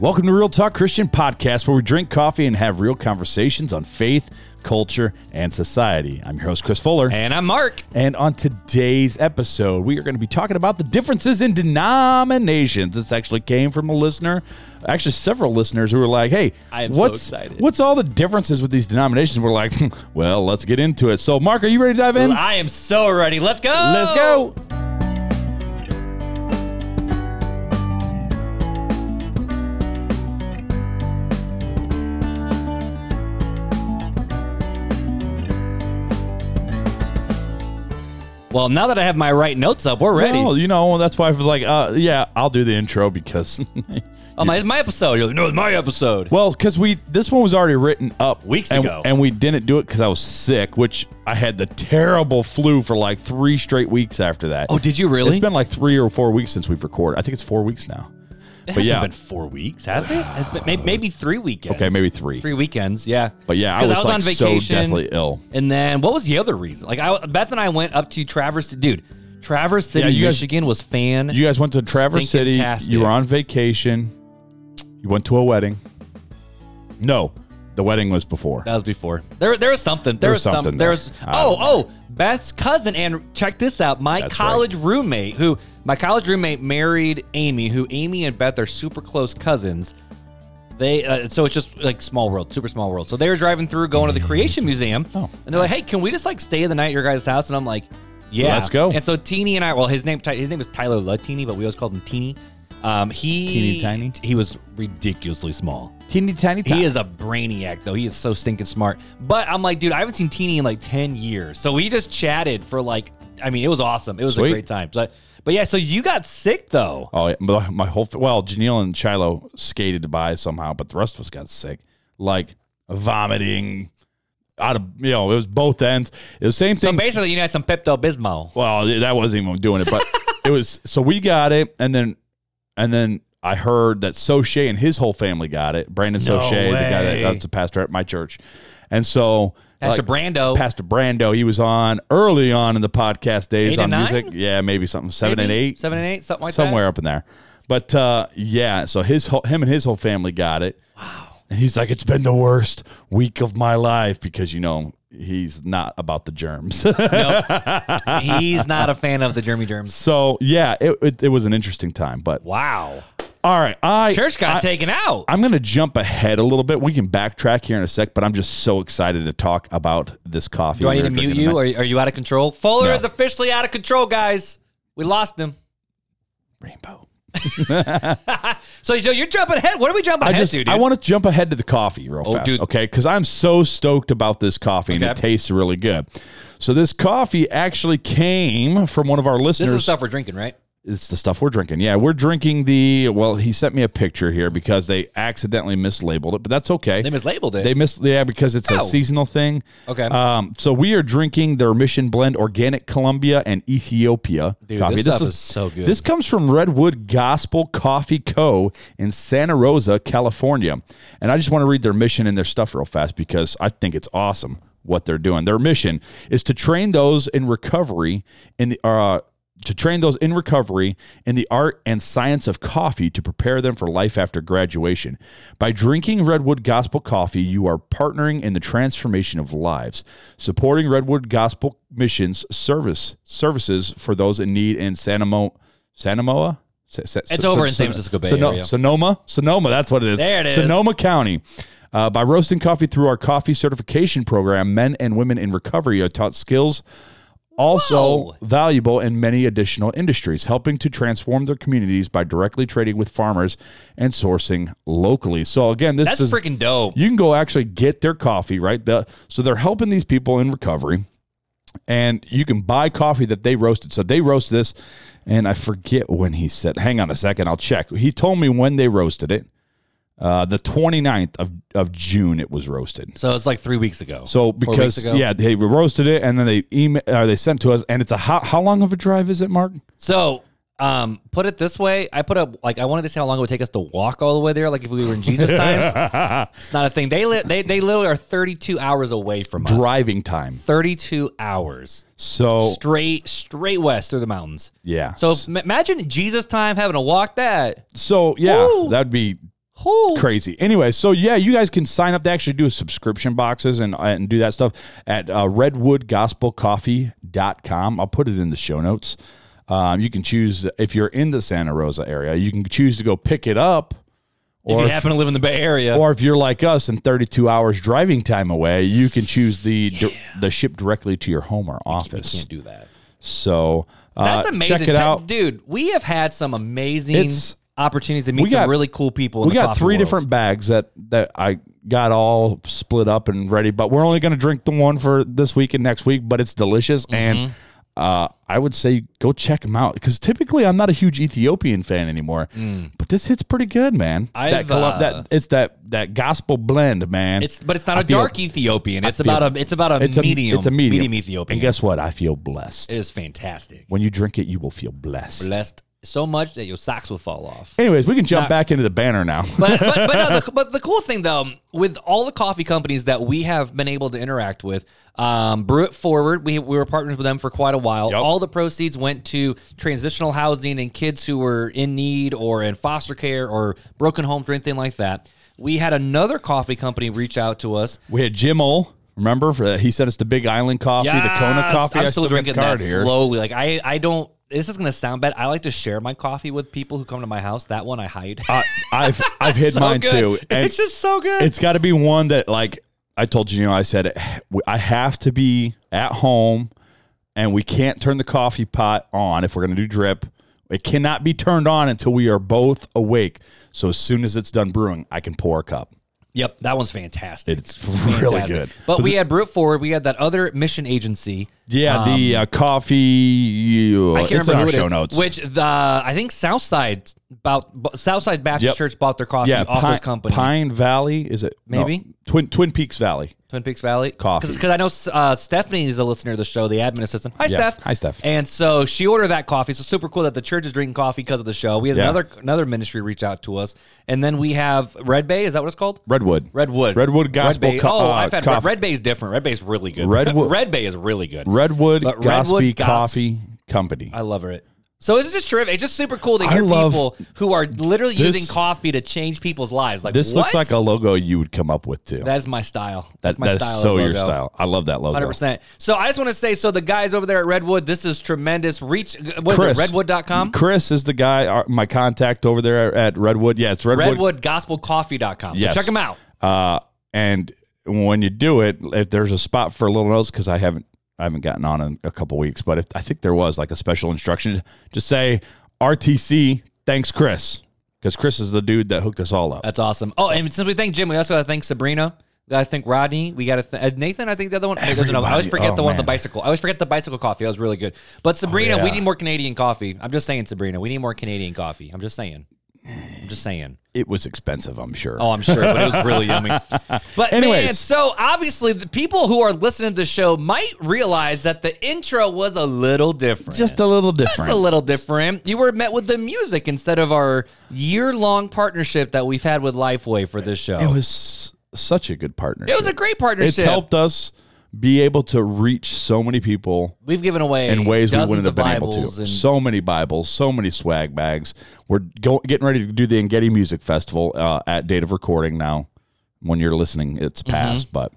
Welcome to Real Talk Christian Podcast, where we drink coffee and have real conversations on faith, culture, and society. I'm your host, Chris Fuller. And I'm Mark. And on today's episode, we are going to be talking about the differences in denominations. This actually came from a listener, actually several listeners who were like, "Hey, I am so what's excited. what's all the differences with these denominations?" We're like, "Hmm, "Well, let's get into it." So, Mark, are you ready to dive in? I am so ready. Let's go. Let's go. Well, now that I have my right notes up, we're ready. Well, Oh, you know, that's why I was like, uh, "Yeah, I'll do the intro because." oh, my, it's my episode. You're like, no, it's my episode. Well, because we this one was already written up Weeks and- ago. and we didn't do it because I was sick, which I had the terrible flu for like three straight weeks after that. oh, did you really? It's been like three or four weeks since we've recorded. I think it's four weeks now. It but hasn't yeah. been four weeks, has it? It's been maybe, maybe three weekends. Okay, maybe three. Three weekends, yeah. But yeah, I 'Cause was, like so deathly ill. And then what was the other reason? Like I, Beth and I went up to Traverse, dude. Traverse City, Yeah, you guys- Michigan was fan. You guys went to Traverse City. Stinkin' You were on vacation. You went to a wedding. No, the wedding was before. that was before. There, there was something. There, There was was, something. something There there. was. I Oh, don't oh, Beth's cousin, and check this out. My That's college roommate, who my college roommate married Amy, who Amy and Beth are super close cousins. They uh, so it's just like small world, super small world. So they were driving through, going to the Creation Museum, Mm-hmm. Oh. and they're like, "Hey, can we just like stay the night at your guys' house?" And I'm like, "Yeah, Let's go. And so Teeny and I, well, his name Ty- his name is Tyler Latini, but we always called him Teeny. Um, he Teeny tiny? He was ridiculously small. Teeny tiny He is a brainiac, though. He is so stinking smart. But I'm like, dude, I haven't seen Teeny in like 10 years. So we just chatted for like, I mean, it was awesome. It was Sweet. a great time. But, but yeah, so you got sick, though. Oh, yeah, my, my whole fa- well, Janelle and Shiloh skated by somehow, but the rest of us got sick, like vomiting, out of you know, it was both ends. It was the same So thing. basically, you had some Pepto Bismol. well, that wasn't even doing it, but it was. So we got it, and then and then I heard that Soche and his whole family got it. Brandon No Soche, the guy that, way. that's a pastor at my church, and so Pastor like, Brando. Pastor Brando, he was on early on in the podcast days Eight on and nine? music. Yeah, maybe something seven maybe? and eight, Seven and eight, something like somewhere up in there. But uh, yeah, so his whole, him and his whole family got it. Wow. And he's like, it's been the worst week of my life because you know he's not about the germs. that. He's not a fan of the Jeremy Germs. so yeah, it, it, it was an interesting time. But Wow. all right, I Church got I, taken out. I'm going to jump ahead a little bit. We can backtrack here in a sec, but I'm just so excited to talk about this coffee. Do I need we're to mute drinking you? tonight. Are, are you out of control? Fuller No. is officially out of control, guys. We lost him. Rainbow. So, so you're jumping ahead. What are we jumping I ahead just to, dude? I want to jump ahead to the coffee real Oh, fast, dude. okay? Because I'm so stoked about this coffee and it Okay. tastes really good. So this coffee actually came from one of our this listeners. is the stuff we're drinking, right? it's the stuff we're drinking. Yeah, we're drinking the. Well, he sent me a picture here because they accidentally mislabeled it, but that's okay. They mislabeled it. They miss yeah because it's a Ow. seasonal thing. Okay. Um, so we are drinking their Mission Blend Organic Colombia and Ethiopia Dude, coffee. this stuff is so good. This comes from Redwood Gospel Coffee Co. in Santa Rosa, California, and I just want to read their mission and their stuff real fast because I think it's awesome what they're doing. Their mission is to train those in recovery in the. Uh, to train those in recovery in the art and science of coffee to prepare them for life after graduation. By drinking Redwood Gospel Coffee, you are partnering in the transformation of lives, supporting Redwood Gospel Missions service services for those in need in Santa Mo Santa Moa. It's over in San Francisco Bay Area. Sonoma, Sonoma, that's what it is. There it is. Sonoma County. Uh, by roasting coffee through our coffee certification program, men and women in recovery are taught skills also Whoa. valuable in many additional industries, helping to transform their communities by directly trading with farmers and sourcing locally. So again, this That's is freaking dope. you can go actually get their coffee, right? The, so they're helping these people in recovery, and you can buy coffee that they roasted. So they roast this, and I forget when he said. Hang on a second, I'll check. He told me when they roasted it. Uh, the 29th of, of June it was roasted. So it's like three weeks ago. So Four weeks because ago. yeah, they roasted it and then they email or they sent to us and it's a how, how long of a drive is it, Mark? So um, put it this way, I put up like I wanted to see how long it would take us to walk all the way there, like if we were in Jesus times. It's not a thing. They li- they they literally are 32 hours away from us. Driving time. 32 hours So straight straight west through the mountains. Oh. yeah. So if, m- imagine Jesus time having to walk that. so yeah, Woo! that'd be Whew. crazy. Anyway, so yeah, you guys can sign up. They actually do subscription boxes and and do that stuff at uh, redwoodgospelcoffee.com. I'll put it in the show notes. Um, you can choose if you're in the Santa Rosa area, you can choose to go pick it up. If Or you if- happen to live in the Bay Area, Or if you're like us and 32 hours driving time away, you can choose the di- the ship directly to your home or you office. can't do that. So uh, That's amazing. Check it Te- out. dude. We have had some amazing It's- opportunities to meet got- some really cool people. In we the got coffee three world. different bags that that I got all split up and ready, but we're only going to drink the one for this week and next week. But it's delicious, Mm-hmm. and uh, I would say go check them out because typically I'm not a huge Ethiopian fan anymore, but this hits pretty good, man. that, Mm. I've, Colo- uh, that it's that that gospel blend, man. It's but it's not a feel- dark Ethiopian. It's about a it's about a it's medium. A, it's a medium. Ethiopian. And guess what? I feel blessed it is fantastic. when you drink it. You will feel blessed. Blessed so much that your socks will fall off. Anyways, we can jump back into the banner now. but but but, no, the, but the cool thing though, um, with all the coffee companies that we have been able to interact with, um, Brew It Forward, we, we were partners with them for quite a while. Yep. All the proceeds went to transitional housing and kids who were in need or in foster care or broken homes or anything like that. We had another coffee company reach out to us. We had Jim Ol. Remember, for, he sent us the Big Island coffee, the Kona Yes! coffee. I'm I still got the drinking card that slowly. Like I I don't. This is gonna sound bad. I like to share my coffee with people who come to my house. That one I hide. I, I've I've hid So mine good. too. And it's just so good. it's got to be one that like I told you, you know, I said I have to be at home, and we can't turn the coffee pot on if we're gonna do drip. It cannot be turned on until we are both awake. So as soon as it's done brewing, I can pour a cup. Yep, that one's fantastic. It's really Fantastic. good. But we had Brute Forward. We had that other mission agency. Yeah, the uh, coffee. You, Um, I can't it's in remember our who it show is, notes. Which the I think Southside about bu- Southside Baptist Yep. Church bought their coffee yeah, off Pine, this company, Pine Valley is it? No, Maybe. Twin Twin Peaks Valley. Twin Peaks Valley Coffee. Because I know uh, Stephanie is a listener of the show, the admin assistant. Hi, Yeah. Steph. Hi, Steph. And so she ordered that coffee. So super cool that the church is drinking coffee because of the show. We had Yeah. another another ministry reach out to us, and then we have Red Bay. Is that what it's called? Redwood. Redwood. Redwood Gospel Red Bay. Co- oh, uh, I've had Coffee. Red Bay's different. Red Bay's really good. Redwood- Red Bay is really good. Redwood But Gospel Redwood Uh, Gos- Coffee Company. I love it. So it's just terrific. It's just super cool to hear love- people who are literally This- using coffee to change people's lives. Like this looks like what? a logo you would come up with too. That, that's my style. that That's my is style. of so your logo. style. I love that logo. 100%. So I just want to say so the guys over there at Redwood, this is tremendous. Reach, what is Chris, it, redwood.com? Chris is the guy, our, my contact over there at Redwood. Yeah, it's Redwood. RedwoodGospelCoffee.com. Yes. So check them out. Uh, and when you do it, if there's a spot for little notes, because I haven't, I haven't gotten on in a couple weeks, but if, I think there was like a special instruction. Just say RTC. Thanks, Chris, because Chris is the dude that hooked us all up. That's awesome. Oh, and since we thank Jim, we also got to thank Sabrina. I think Rodney. We got to th- uh, Nathan. I think the other one. I, don't know. I always Everybody. forget the Oh, one with the man. Oh, bicycle. I always forget the bicycle coffee. That was really good. But Sabrina, we yeah. need more Canadian coffee. I'm just saying, Sabrina, we need more Canadian coffee. I'm just saying. I'm just saying. It was expensive, I'm sure. Oh, I'm sure, but it was really yummy. But man, Anyways. so obviously the people who are listening to the show might realize that the intro was a little different. just a little different. That's a little different. You were met with the music instead of our year-long partnership that we've had with Lifeway for this show. It was such a good partnership. It was a great It's partnership. helped us be able to reach so many people We've given away in ways we dozens wouldn't of have been able Bibles to. and so many Bibles, so many swag bags. We're go- getting ready to do the Engedi Music Festival uh, at date of recording now. When you're listening, it's Mm-hmm. past, but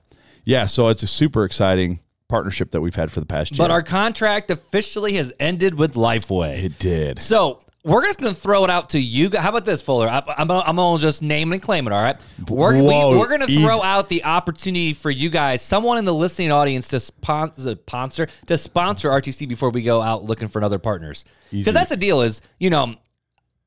yeah, so it's a super exciting partnership that we've had for the past year. but our contract officially has ended with Lifeway. it did. So we're just gonna throw it out to you. guys. How about this, Fuller? I, I'm, gonna- I'm gonna just name it and claim it. All right, we're Whoa, we, we're gonna easy. throw out the opportunity for you guys, someone in the listening audience, to sponsor sponsor to sponsor RTC before we go out looking for another partners. Because that's the deal. Is you know.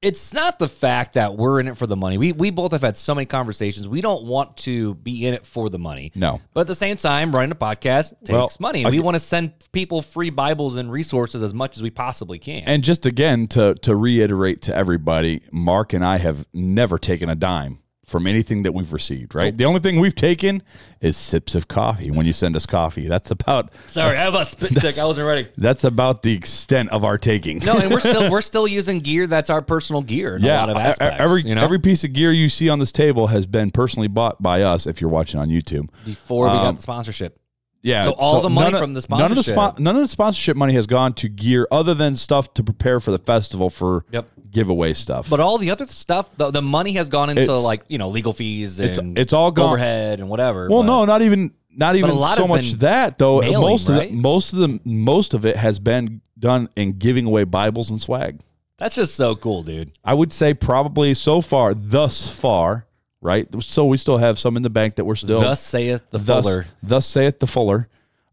It's not the fact that we're in it for the money. We, we both have had so many conversations. We don't want to be in it for the money. No. But at the same time, running a podcast takes Well, money. And we want to send people free Bibles and resources as much as we possibly can. And just again to to reiterate to everybody, Mark and I have never taken a dime from anything that we've received. Right, the only thing we've taken is sips of coffee when you send us coffee. That's about Sorry, I have a spit take. I wasn't ready. that's about the extent of our taking. No, and we're still we're still using gear that's our personal gear in a lot of e- e- aspects. every you know, every piece of gear you see on this table has been personally bought by us. If you're watching on YouTube, before we um, got the sponsorship. yeah. So all the money none of- from the none of the sponsorship. spon- none of the sponsorship money has gone to gear other than stuff to prepare for the festival for Yep. giveaway stuff. But all the other stuff, the, the money has gone into It's- like you know legal fees It's- and it's all gone- overhead and whatever. Well, but- no, not even not even a lot so has much been that though. mailing, most of right? the, most of the most of it has been done in giving away Bibles and swag. that's just so cool, dude. I would say probably so far, thus far, right? So we still have some in the bank that we're still Thus saith the thus, fuller. thus saith the fuller.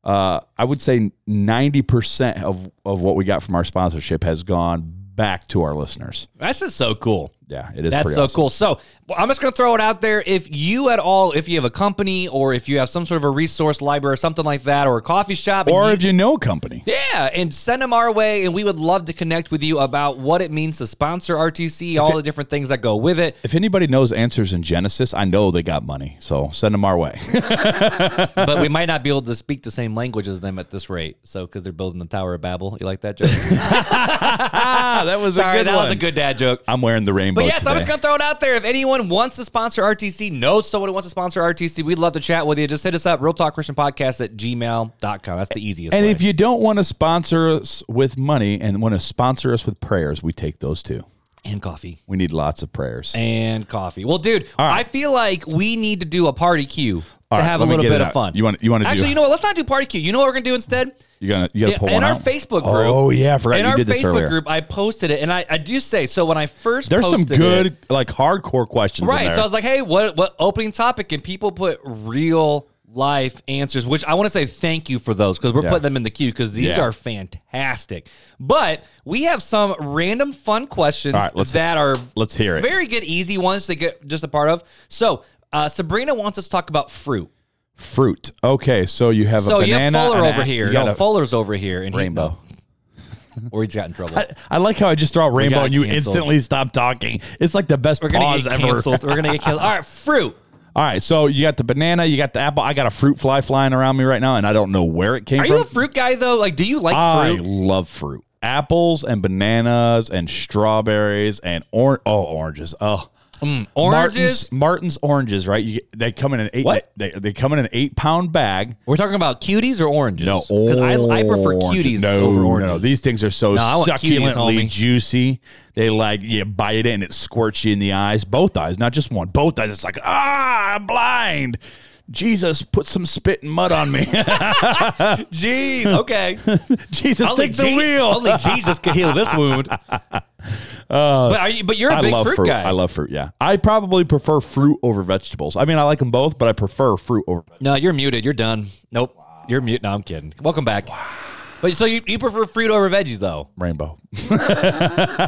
Uh, I would say ninety percent of of what we got from our sponsorship has gone back to our listeners. That's just so cool. Yeah, it is. That's pretty so awesome. cool. So well, I'm just going to throw it out there. If you at all, if you have a company or if you have some sort of a resource library or something like that, or a coffee shop, and Or you- if you know a company, yeah, and send them our way, and we would love to connect with you about what it means to sponsor RTC, all the different things that go with it. if anybody knows answers in Genesis, I know they got money, so send them our way. but we might not be able to speak the same language as them at this rate. So, because they're building the Tower of Babel. You like that joke? ah, that was Sorry, that was a good dad joke. I'm wearing the rainbow. But yes, I'm today. just gonna throw it out there. If anyone wants to sponsor RTC, knows someone who wants to sponsor RTC, we'd love to chat with you. Just hit us up, real talk Christian podcast at gmail.com. That's the easiest And way. if you don't want to sponsor us with money and want to sponsor us with prayers, we take those too. and coffee. We need lots of prayers. And coffee. Well, dude, I feel like we need to do a party queue to right, have a let me little get bit it of out. fun. You wanna- you wanna do- Actually, you know what? Let's not do party queue. You know what we're gonna do instead? You gotta you gotta Yeah, pull in one our out. Facebook group. Oh yeah, I forgot In you our did this earlier. Facebook group, I posted it, and I, I do say so. When I first There's some posted good it- like hardcore questions. in right? there. So I was like, hey, what what opening topic? And people put real life answers, which I want to say thank you for those because we're Yeah. putting them in the queue because these Yeah. are fantastic. But we have some random fun questions All right, let's- that are let's hear it. very good, easy ones to get just a part of. So uh, Sabrina wants us to talk about fruit. Fruit. Okay, so you have So a you have banana. Fuller and a- over here. You No, got a Fuller's over here, and he- rainbow. no, or he's got in trouble. I like how I just throw a rainbow got and you canceled. instantly stop talking. It's like the best We're gonna pause get ever. canceled. We're gonna get killed. All right, fruit. All right, so you got the banana, you got the apple. I got a fruit fly flying around me right now, and I don't know where it came Are from. you a fruit guy though? Like, do you like I fruit? love fruit. Apples and bananas and strawberries and or oh oranges. Oh. Mm, Oranges. Martin's, Martin's oranges, right? You, get- they come in an eight. What? They, they come in an eight pound bag. We're talking about cuties or oranges? No, because I, I prefer oranges. cuties no, over oranges. No, these things are so No, I want cuties, succulently homie. juicy. They like you bite it and it squirts you in the eyes, both eyes, not just one, both eyes. It's like ah, I'm blind. Jesus, put some spit and mud on me. Jeez, okay. Jesus, Only take the Je- wheel. Only Jesus could heal this wound. but are you? But you're a Uh, I big love fruit, fruit. guy. I love fruit. Yeah, I probably prefer fruit over vegetables. I mean, I like them both, but I prefer fruit over. no, you're muted. You're done. Nope. You're mute. No, I'm kidding. Welcome back. But so you, you prefer fruit over veggies though? Rainbow. I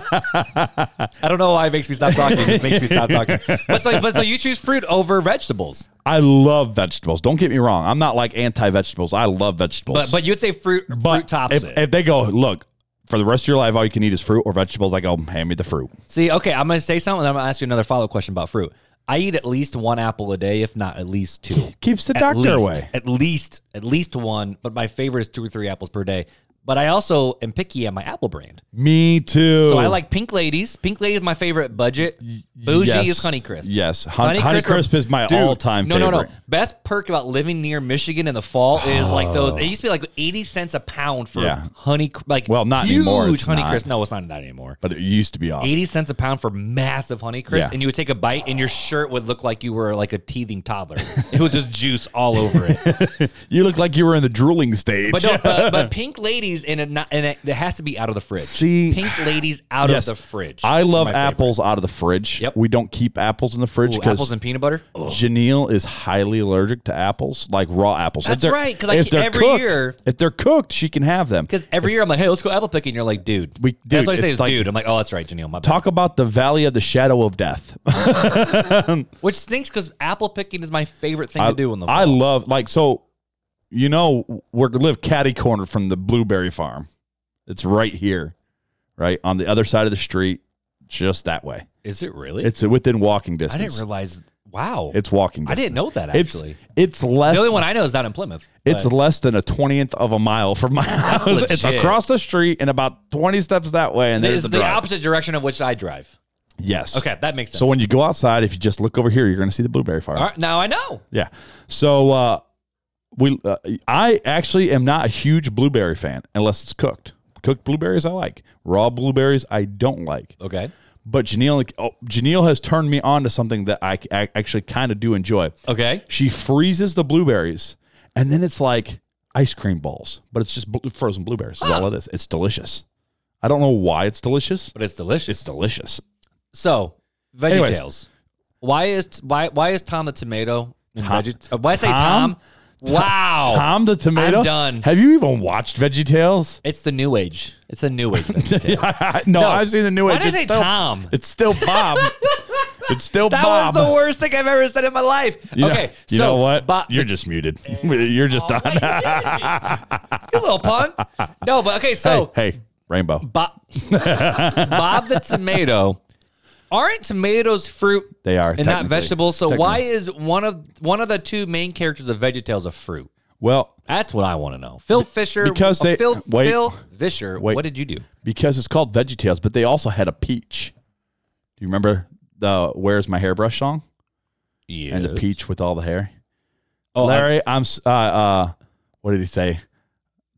don't know why it makes me stop talking. It just makes me stop talking. But so, but so you choose fruit over vegetables. I love vegetables. Don't get me wrong. I'm not like anti vegetables. I love vegetables. But but you'd say fruit fruit tops if, it. if they go, look, for the rest of your life, all you can eat is fruit or vegetables, I go, hand me the fruit. See, okay, I'm gonna say something. And I'm gonna ask you another follow up question about fruit. I eat at least one apple a day, if not at least two. Keeps the at doctor least, away. At least, at least one. But my favorite is two or three apples per day. But I also am picky at my apple brand. Me too. So I like Pink Ladies. Pink Lady is my favorite budget. Bougie is Honeycrisp. Yes. Hun- Honeycrisp, is my Dude, all time no, favorite. No, no, Best perk about living near Michigan in the fall is like those. It used to be like eighty cents a pound for Oh. Yeah. honey, like Well, not huge anymore, it's not. Honeycrisp. No, it's not that anymore. But it used to be awesome. 80 cents a pound for massive honey crisp Yeah. and you would take a bite and your shirt would look like you were like a teething toddler it was just juice all over it You look like you were in the drooling stage. but no but, but pink ladies and it not and it, it has to be out of the fridge See- pink ladies out Yes. of the fridge I love My favorite. apples out of the fridge. Yep. We don't keep apples in the fridge Ooh, because apples and peanut butter Janelle is highly allergic to apples, like raw apples. If That's they're- right, 'cause I if ke- they're every cooked- year- if they're cooked, she can have them. because every year I'm like, hey, let's go apple picking. You're like, dude. We- that's dude, what I say it's is like- dude. I'm like, oh, that's right, Janelle. My bad. Talk about the valley of the shadow of death. Which stinks because apple picking is my favorite thing to do in the fall. I love like so. You know, we're live catty corner from the blueberry farm. It's right here, right on the other side of the street, just that way. is it really? It's within walking I distance. didn't realize. Wow. it's walking. I distance. didn't know that It's- actually. It's less. the only one I know is not in Plymouth. It's less than a twentieth of a mile from my house. It's legit. across the street and about twenty steps that way, and there's It's the the, drive. opposite direction of which I drive. yes. Okay, that makes sense. So when you go outside, if you just look over here, you're going to see the blueberry farm. All right, now I know. Yeah. So uh, we, uh, I actually am not a huge blueberry fan unless it's cooked. Cooked blueberries I like. Raw blueberries I don't like. Okay. But Janelle, oh, Janelle has turned me on to something that I, I actually kind of do enjoy. Okay. She freezes the blueberries, and then it's like ice cream balls, but it's just bl- frozen blueberries. Is all it is. It's delicious. I don't know why it's delicious. But it's delicious. It's delicious. So, Anyways. VeggieTales. Why is why why is Tom a tomato? in Tom- Veggie- uh, why I say Tom? Tom? Wow. Tom the tomato. Oh, I'm done. Have you even watched VeggieTales? It's the new age. It's the new age. VeggieTales. no, No. I've seen the new Why age. did I It's say still- Tom? It's still Bob. it's still that Bob. was the worst thing I've ever said in my life. You know- okay. you so, Oh, know what? Bo- You're just muted. You're just on. you little punk. No, but okay. So, hey, hey, Rainbow. Bob, Bob the tomato. Aren't tomatoes fruit? They are, and not technically. vegetables. So why Technically. is one of one of the two main characters of VeggieTales a fruit? Well, That's what I want to know. Phil Fisher, uh, because they- Phil wait. Phil Fisher. Wait. What did you do? because it's called VeggieTales, but they also had a peach. Do you remember the "Where's My Hairbrush" song Yeah, and the peach with all the hair? Oh, I- Larry, I'm. s- Uh, uh, what did he say?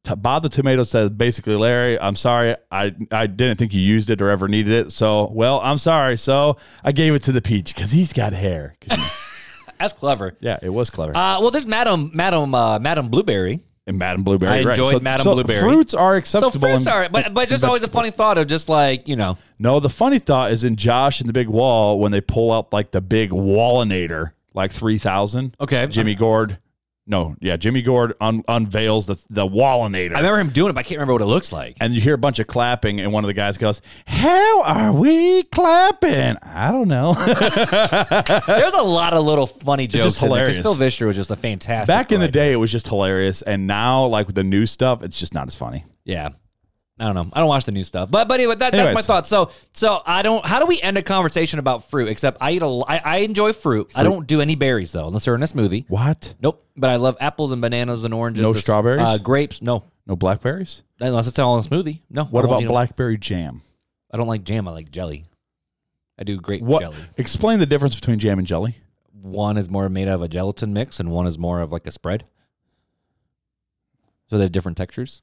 T- Bob the Tomato says basically, Larry, I'm sorry, I I didn't think you used it or ever needed it. So, well, I'm sorry. So I gave it to the peach because he's got hair. 'Cause he- that's clever. yeah, it was clever. Uh, well, there's Madam Madam uh, Madam Blueberry. and Madame Blueberry. I right. enjoyed so, Madame so Blueberry. Fruits are So acceptable. fruits in- are, but but just always a funny thought of just like you know. No, the funny thought is in Josh and the Big Wall when they pull out like the big wallinator, like three thousand. Okay, Jimmy Gord. No, yeah, Jimmy Gord un- unveils the the wallinator, I remember him doing it, but I can't remember what it looks like. and you hear a bunch of clapping, and one of the guys goes, "How are we clapping? I don't know." There's a lot of little funny jokes. just in there, 'cause hilarious. Phil Vischer was just a fantastic. Back in the writer. day, it was just hilarious, and now like with the new stuff, it's just not as funny. yeah. I don't know. I don't watch the new stuff, but but anyway, that, that's my Anyways. thought. So so I don't. How do we end a conversation about fruit? Except I eat a. l- I, I enjoy fruit. I don't do any berries though, unless they're in a smoothie. What? Nope. But I love apples and bananas and oranges. No The s- strawberries? Uh, grapes. No. No blackberries? Unless it's all in a smoothie. No. What I won't about eat 'em. blackberry jam? I don't like jam. I like jelly. I do grape What? jelly. Explain the difference between jam and jelly. One is more made out of a gelatin mix, and one is more of like a spread. So they have different textures.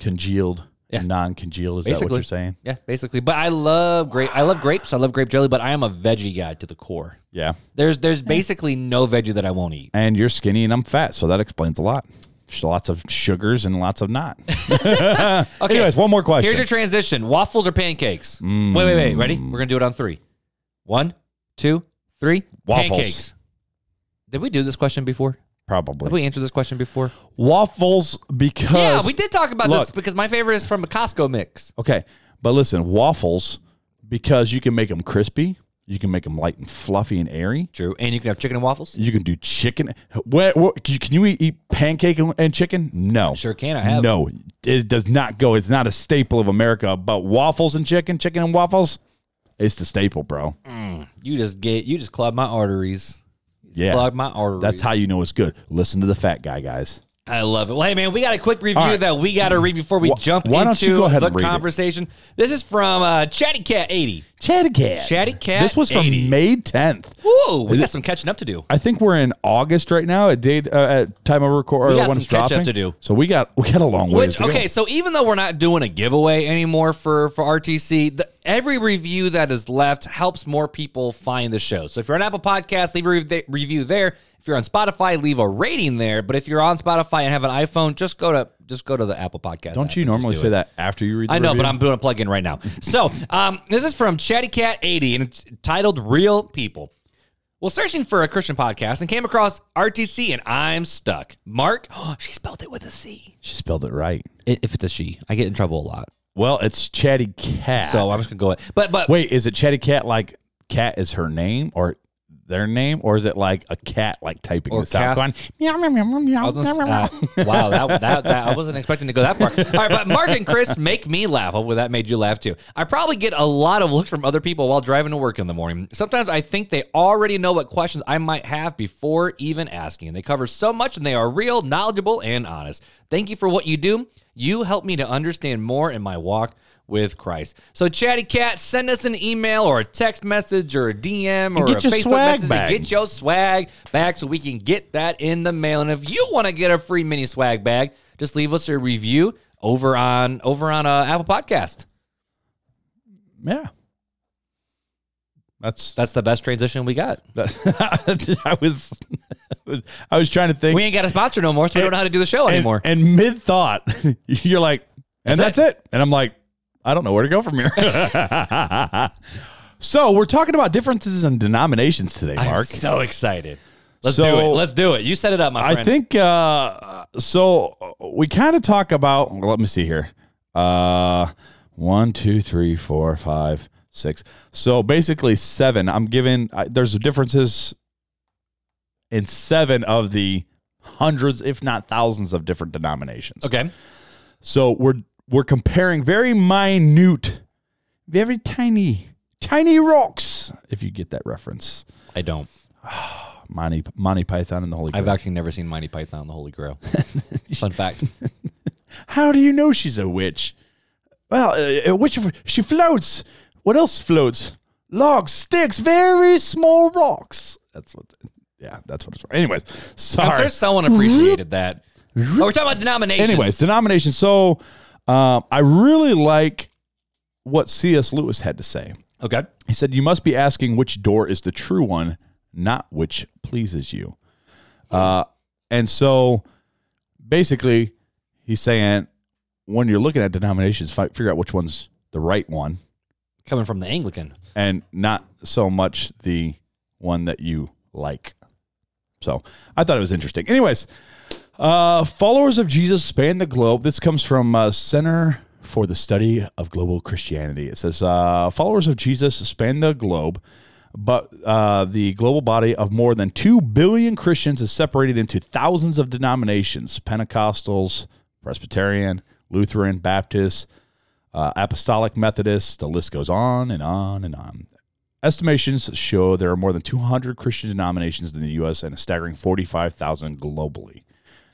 Congealed, Yeah. and non-congealed. Is that what Basically. you're saying? Yeah, basically. But I love grape. I love grapes. I love grape jelly. But I am a veggie guy to the core. Yeah. There's there's basically no veggie that I won't eat. and you're skinny and I'm fat, so that explains a lot. There's lots of sugars and lots of not. Okay. Anyways, one more question. Here's your transition: waffles or pancakes? Wait, wait, wait. Ready? We're gonna do it on three. One, two, three. Waffles. Pancakes. Did we do this question before? Probably Have we answered this question before? waffles because Yeah, we did talk about this look. because my favorite is from a Costco mix. Okay, but listen, waffles because you can make them crispy, you can make them light and fluffy and airy. True, and you can have chicken and waffles. You can do chicken. Where, where- can you- can you eat, eat pancake and, and chicken? No, Sure can. I have. No, it does not go. It's not a staple of America. But waffles and chicken, chicken and waffles, it's the staple, bro. Mm. You just get. You just clogged my arteries. Yeah, Clogged my arteries. that's how you know it's good. Listen to the fat guy, guys. I love it. Well, hey man, we got a quick review All right. that we got to read before we Wh- jump why don't into you go ahead the and read it? conversation. This is from uh, Chatty Cat eighty. Chatty Cat. Chatty Cat This was from 80. May 10th. Whoa, we got some catching up to do. I think we're in August right now at date uh, at time of record or got when some it's catch-up dropping. to do. So we got we got a long ways Which to okay, go. so even though we're not doing a giveaway anymore for for RTC, the, every review that is left helps more people find the show. So if you're on Apple Podcasts, leave a re- review there. If you're on Spotify, leave a rating there. But if you're on Spotify and have an iPhone, just go to just go to the Apple Podcast. Don't you normally say that after you read? The I know, review? but I'm doing a plug in right now. So um, this is from Chatty Cat 80, and it's titled "Real People." Well, searching for a Christian podcast and came across RTC, and I'm stuck. Mark, she spelled it with a C. she spelled it right. I- If it's a she, I get in trouble a lot. Well, it's Chatty Cat. So I'm just gonna go ahead. But but wait, is it Chatty Cat like cat is her name or their name, or is it like a cat like typing Or this out? Kath- Going, meow, meow, meow, meow, meow, I was gonna, meow, meow. s- uh, wow, that, that, that I wasn't expecting to go that far. All right, but Mark and Chris make me laugh. Hopefully, that made you laugh too. I probably get a lot of looks from other people while driving to work in the morning. Sometimes I think they already know what questions I might have before even asking. They cover so much and they are real, knowledgeable, and honest. Thank you for what you do. You help me to understand more in my walk with Christ. So, Chatty Cat, send us an email or a text message or a DM or get a your Facebook swag message. and bag. Get your swag back so we can get that in the mail. And if you want to get a free mini swag bag, just leave us a review over on over on uh, Apple Podcast. yeah. That's That's the best transition we got. that, I was I was trying to think We ain't got a sponsor no more, so we don't know how to do the show and, anymore. And mid thought, you're like, and that's, That's it. And I'm like, I don't know where to go from here. so we're talking about differences in denominations today, I'm Mark. so excited. Let's So- do it. Let's do it. You set it up, my friend. I think uh, so. We kind of talk about. well, Let me see here. Uh, one, two, three, four, five, six. So basically seven. I'm giving. I, there's differences in seven of the hundreds, if not thousands, of different denominations. okay. So we're we're comparing very minute, very tiny, tiny rocks. If you get that reference, I don't. Monty Monty Python and the Holy. I've Grail. actually never seen Monty Python and the Holy Grail. Fun fact. How do you know she's a witch? Well, uh, a witch. She floats. What else floats? Logs, sticks, very small rocks. That's what. Yeah, that's what it's for. Anyways, I'm sorry. sure someone appreciated that. Oh, we're talking about denominations. Anyways, denomination. So, um, I really like what C.S. Lewis had to say. Okay. He said, You must be asking which door is the true one, not which pleases you. Uh, and so basically, he's saying when you're looking at denominations, fi- figure out which one's the right one Coming from the Anglican. and not so much the one that you like. So I thought it was interesting. Anyways, uh, followers of Jesus span the globe. This comes from uh, Center for the Study of Global Christianity. It says uh, followers of Jesus span the globe, but uh, the global body of more than 2 billion Christians is separated into thousands of denominations Pentecostals, Presbyterian, Lutheran, Baptist, uh, Apostolic Methodist. The list goes on and on and on. Estimations show there are more than 200 Christian denominations in the U.S. and a staggering 45,000 globally.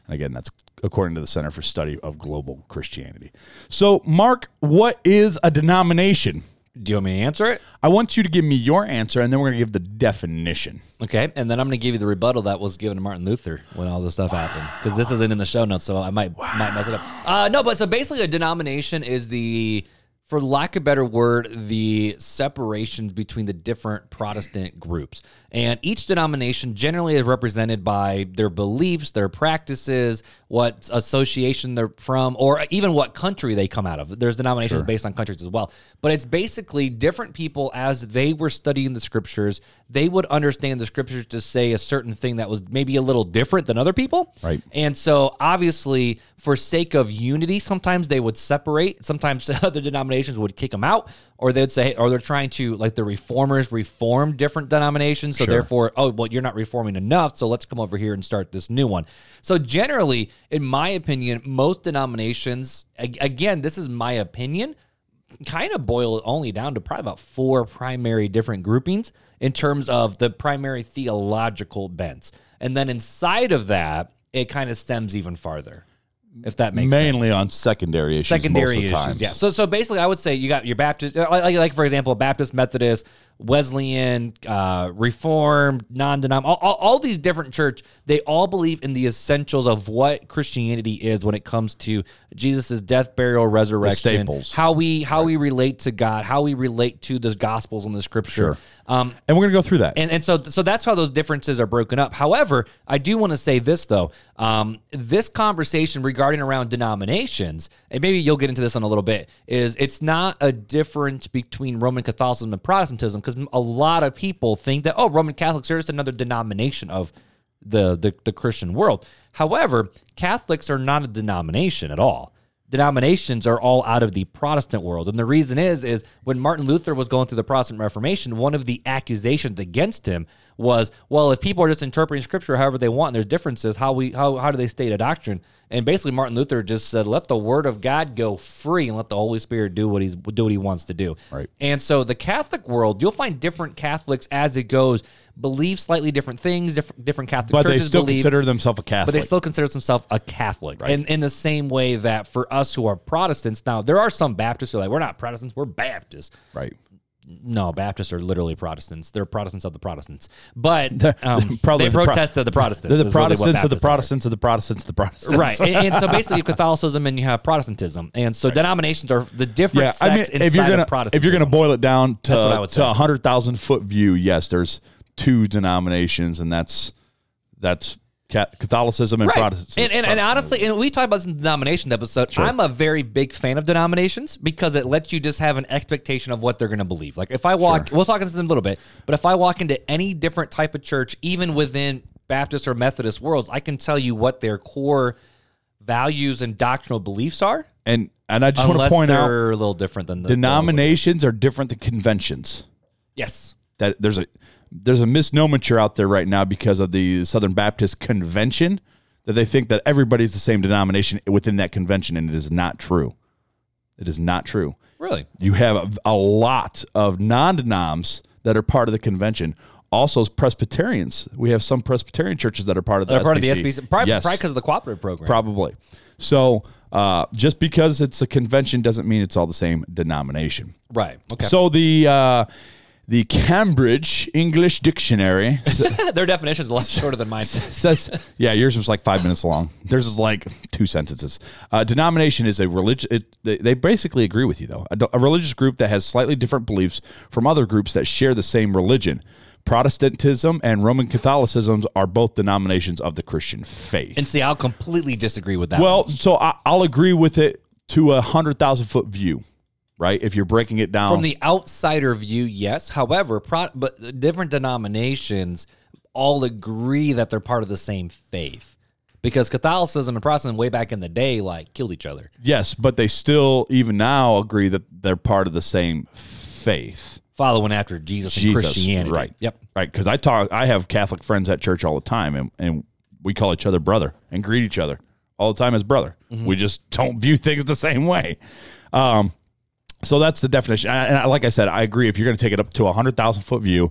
And again, that's according to the Center for Study of Global Christianity. So, Mark, what is a denomination? Do you want me to answer it? I want you to give me your answer, and then we're going to give the definition. Okay. And then I'm going to give you the rebuttal that was given to Martin Luther when all this stuff happened. Because this isn't in the show notes, so I might might mess it up. Uh, no, but so basically, a denomination is the, for lack of a better word, the separations between the different Protestant groups. And each denomination generally is represented by their beliefs, their practices, what association they're from, or even what country they come out of. There's denominations based on countries as well. But it's basically different people as they were studying the scriptures, they would understand the scriptures to say a certain thing that was maybe a little different than other people. Right. And so, obviously, for sake of unity, sometimes they would separate. Sometimes other denominations would kick them out, or they'd say, or they're trying to, like the reformers, reform different denominations. So, therefore, oh, well, you're not reforming enough. So, let's come over here and start this new one. So, generally, in my opinion, most denominations, ag- again, this is my opinion, kind of boil it only down to probably about four primary different groupings in terms of the primary theological bents. And then inside of that, it kind of stems even farther, if that makes sense Mainly on secondary issues. secondary most of the issues. times. Yeah. So so basically, I would say you got your Baptist, uh, like, like for example, Baptist, Methodist, Wesleyan, uh, Reformed, non-denom, all, all, all these different church. They all believe in the essentials of what Christianity is when it comes to Jesus' death, burial, resurrection, staples. how we how we relate to God, how we relate to the Gospels and the Scripture. Sure. Um, And we're going to go through that. and and so so that's how those differences are broken up. However, I do want to say this though. Um, this conversation regarding around denominations, and maybe you'll get into this in a little bit, is it's not a difference between Roman Catholicism and Protestantism because a lot of people think that oh, Roman Catholics are just another denomination of the, the the Christian world. However, Catholics are not a denomination at all denominations are all out of the Protestant world. And the reason is is when Martin Luther was going through the Protestant Reformation, one of the accusations against him was, well, if people are just interpreting scripture however they want and there's differences, how we how how do they state a doctrine? And basically Martin Luther just said, let the word of God go free and let the Holy Spirit do what he's do what he wants to do. Right. And so the Catholic world, you'll find different Catholics as it goes believe slightly different things, different, different Catholic but they churches still believe consider themselves a Catholic. but they still consider themselves a Catholic. And in the same way that for us who are Protestants, now there are some Baptists who are like, we're not Protestants, we're Baptists. right. no, Baptists are literally Protestants. They're Protestants of the Protestants, but um, probably they the Pro- protest the Protestants. They're the is really what Protestants of the Baptists are. Protestants of the Protestants of the Protestants. Right, and, and so basically, you have Catholicism and you have Protestantism, and so denominations are the different Yeah, sects I mean, inside if you're gonna of if Protestantism. you're gonna boil it down to That's what I would to say. a hundred thousand foot view, yes, there's two denominations, and that's that's Ca- Catholicism and Right. Protestant. And, and, and honestly, and we talked about this in the denominations episode. I'm a very big fan of denominations because it lets you just have an expectation of what they're going to believe. Like if I walk, we'll talk into them a little bit, but if I walk into any different type of church, even within Baptist or Methodist worlds, I can tell you what their core values and doctrinal beliefs are, and and I just want to unless point out they're a little different than the denominations are different than conventions. Yes. That there's a there's a misnomer out there right now because of the Southern Baptist Convention that they think that everybody's the same denomination within that convention, and it is not true. It is not true. Really? You have a, a lot of non-denoms that are part of the convention. Also, as Presbyterians, we have some Presbyterian churches that are part of the They're part of the SBC. SBC. Probably Yes. because of the cooperative program. Probably. So, uh, just because it's a convention doesn't mean it's all the same denomination. right. Okay. So the uh, the Cambridge English Dictionary s- Their definition is a lot shorter than mine. says, yeah, yours was like five minutes long. Theirs is like two sentences. Uh, denomination is a religion. It, they, they basically agree with you though. A, do- a religious group that has slightly different beliefs from other groups that share the same religion. Protestantism and Roman Catholicism are both denominations of the Christian faith. And see, I'll completely disagree with that. one. well, so I, I'll agree with it to a hundred thousand foot view, right? If you're breaking it down from the outsider view, yes. However, pro- but different denominations all agree that they're part of the same faith because Catholicism and Protestantism way back in the day like killed each other. Yes, but they still, even now, agree that they're part of the same faith. Following after Jesus, Jesus, and Christianity, right? Yep. right. Because I talk, I have Catholic friends at church all the time, and, and we call each other brother and greet each other all the time as brother. Mm-hmm. We just don't view things the same way. Um, so that's the definition. And, I- and I, like I said, I agree. If you're going to take it up to a hundred thousand foot view,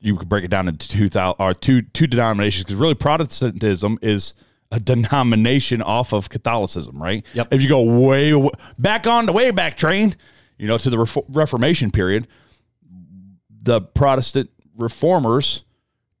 you could break it down into two thousand or two two denominations because really Protestantism is a denomination off of Catholicism, right? Yep. If you go way w- back on the way back train, you know, to the Refo- Reformation period, the Protestant reformers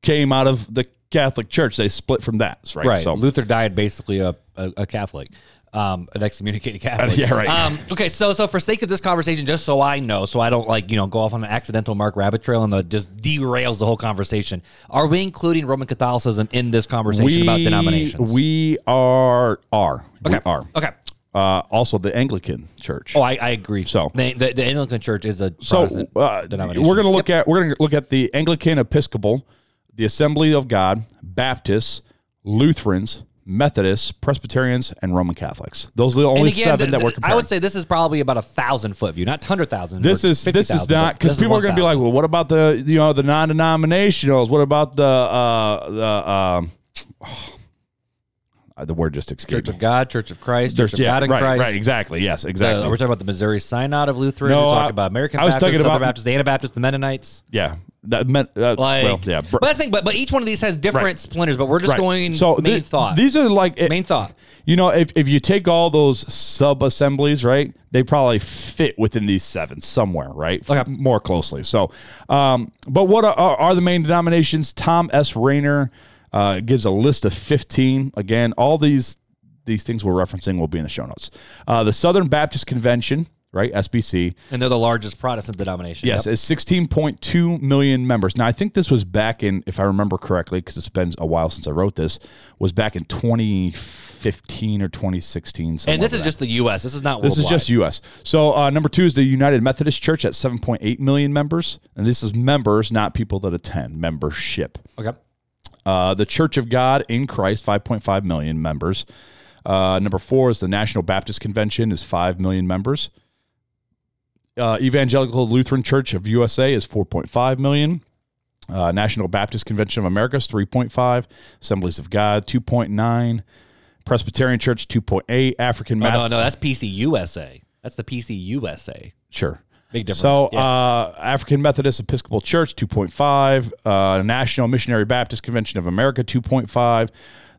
came out of the Catholic Church. They split from that, right? Right. So Luther died basically a, a, a Catholic, um, an excommunicated Catholic. Yeah, right. Um, okay, so so for sake of this conversation, just so I know, so I don't like you know go off on an accidental Mark Rabbit trail and the, just derails the whole conversation. Are we including Roman Catholicism in this conversation about denominations? We are are okay. we are okay. uh, also the Anglican Church. Oh, I, I agree. So- the, the, the Anglican Church is a So Protestant uh, denomination. we're going to look at we're going to look at the Anglican Episcopal, the Assembly of God, Baptists, Lutherans, Methodists, Presbyterians, and Roman Catholics. Those are the only and again, seven the- that we're the- comparing. I would say this is probably about a thousand foot view, not hundred thousand. this is this is not because people are going to be like, well, what about the you know the non-denominationals? What about the uh, the um, uh, the word just escaped Church me. of God, Church of Christ, There's- Church of God in right, Christ. right, exactly. Yes, Uh, exactly. we're talking about the Missouri Synod of Lutheran. No, we're talking I- about American I was Baptists, talking Southern about- Baptists, the Anabaptists, the Mennonites. yeah, that meant uh, Like, well, yeah. br- but that's the thing. But, but each one of these has different Right. splinters. But we're just Right. going so main thi- thought. These are like it- main thought. You know, if, if you take all those sub assemblies, right, they probably fit within these seven somewhere, right? Okay. More closely. So, um, but what are, are, are the main denominations? Tom S. Rayner uh, gives a list of 15. Again, all these these things we're referencing will be in the show notes. Uh, the Southern Baptist Convention, right, SBC, And they're the largest Protestant denomination. Yes, Yep. it's 16.2 million members. Now, I think this was back in, if I remember correctly, because it's been a while since I wrote this, was back in 2015 or 2016. somewhere And this is around. just the U.S. This is not. this is just U.S. So uh, number two is the United Methodist Church at 7.8 million members, and this is members, not people that attend. Membership. okay. Uh, the Church of God in Christ, 5.5 million members. Uh, number four is the National Baptist Convention, is 5 million members. Uh, Evangelical Lutheran Church of USA is 4.5 million. Uh, National Baptist Convention of America is 3.5. Assemblies of God, 2.9. Presbyterian Church, 2.8. African Oh, Methodist. no, no, that's PCUSA. That's the PCUSA. Sure. Big difference. So, Yeah. uh, African Methodist Episcopal Church, 2.5. Uh, National Missionary Baptist Convention of America, 2.5.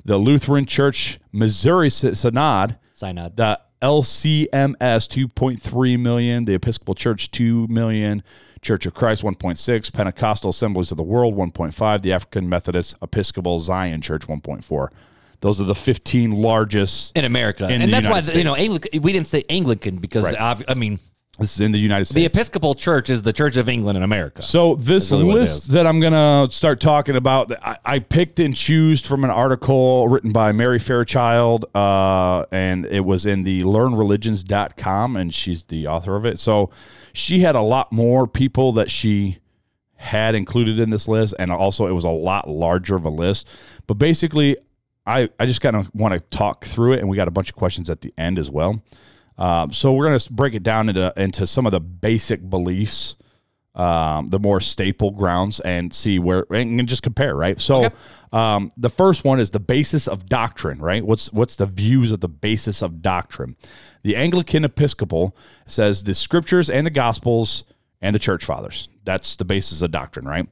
The Lutheran Church Missouri Sy- Synod, Synod. the LCMS, 2.3 million. The Episcopal Church, 2 million. Church of Christ 1.6, Pentecostal Assemblies of the World 1.5, the African Methodist Episcopal Zion Church 1.4. Those are the 15 largest. in America, In and the that's why United you know States. Anglican, we didn't say Anglican because Right. obvi- I mean This is in the United States. the Episcopal Church is the Church of England in America. So this really what it is. list that I'm gonna start talking about, that I, I picked and choose from an article written by Mary Fairchild, uh, and it was in the LearnReligions.com, and she's the author of it. So she had a lot more people that she had included in this list, and also it was a lot larger of a list. But basically, I I just kind of want to talk through it, and we got a bunch of questions at the end as well. Um, so we're gonna break it down into into some of the basic beliefs um, the more staple grounds and see where and and just compare, right? So um, the first one is the basis of doctrine, right? What's what's the views of the basis of doctrine? The Anglican Episcopal says the scriptures and the gospels and the church fathers. That's the basis of doctrine, right?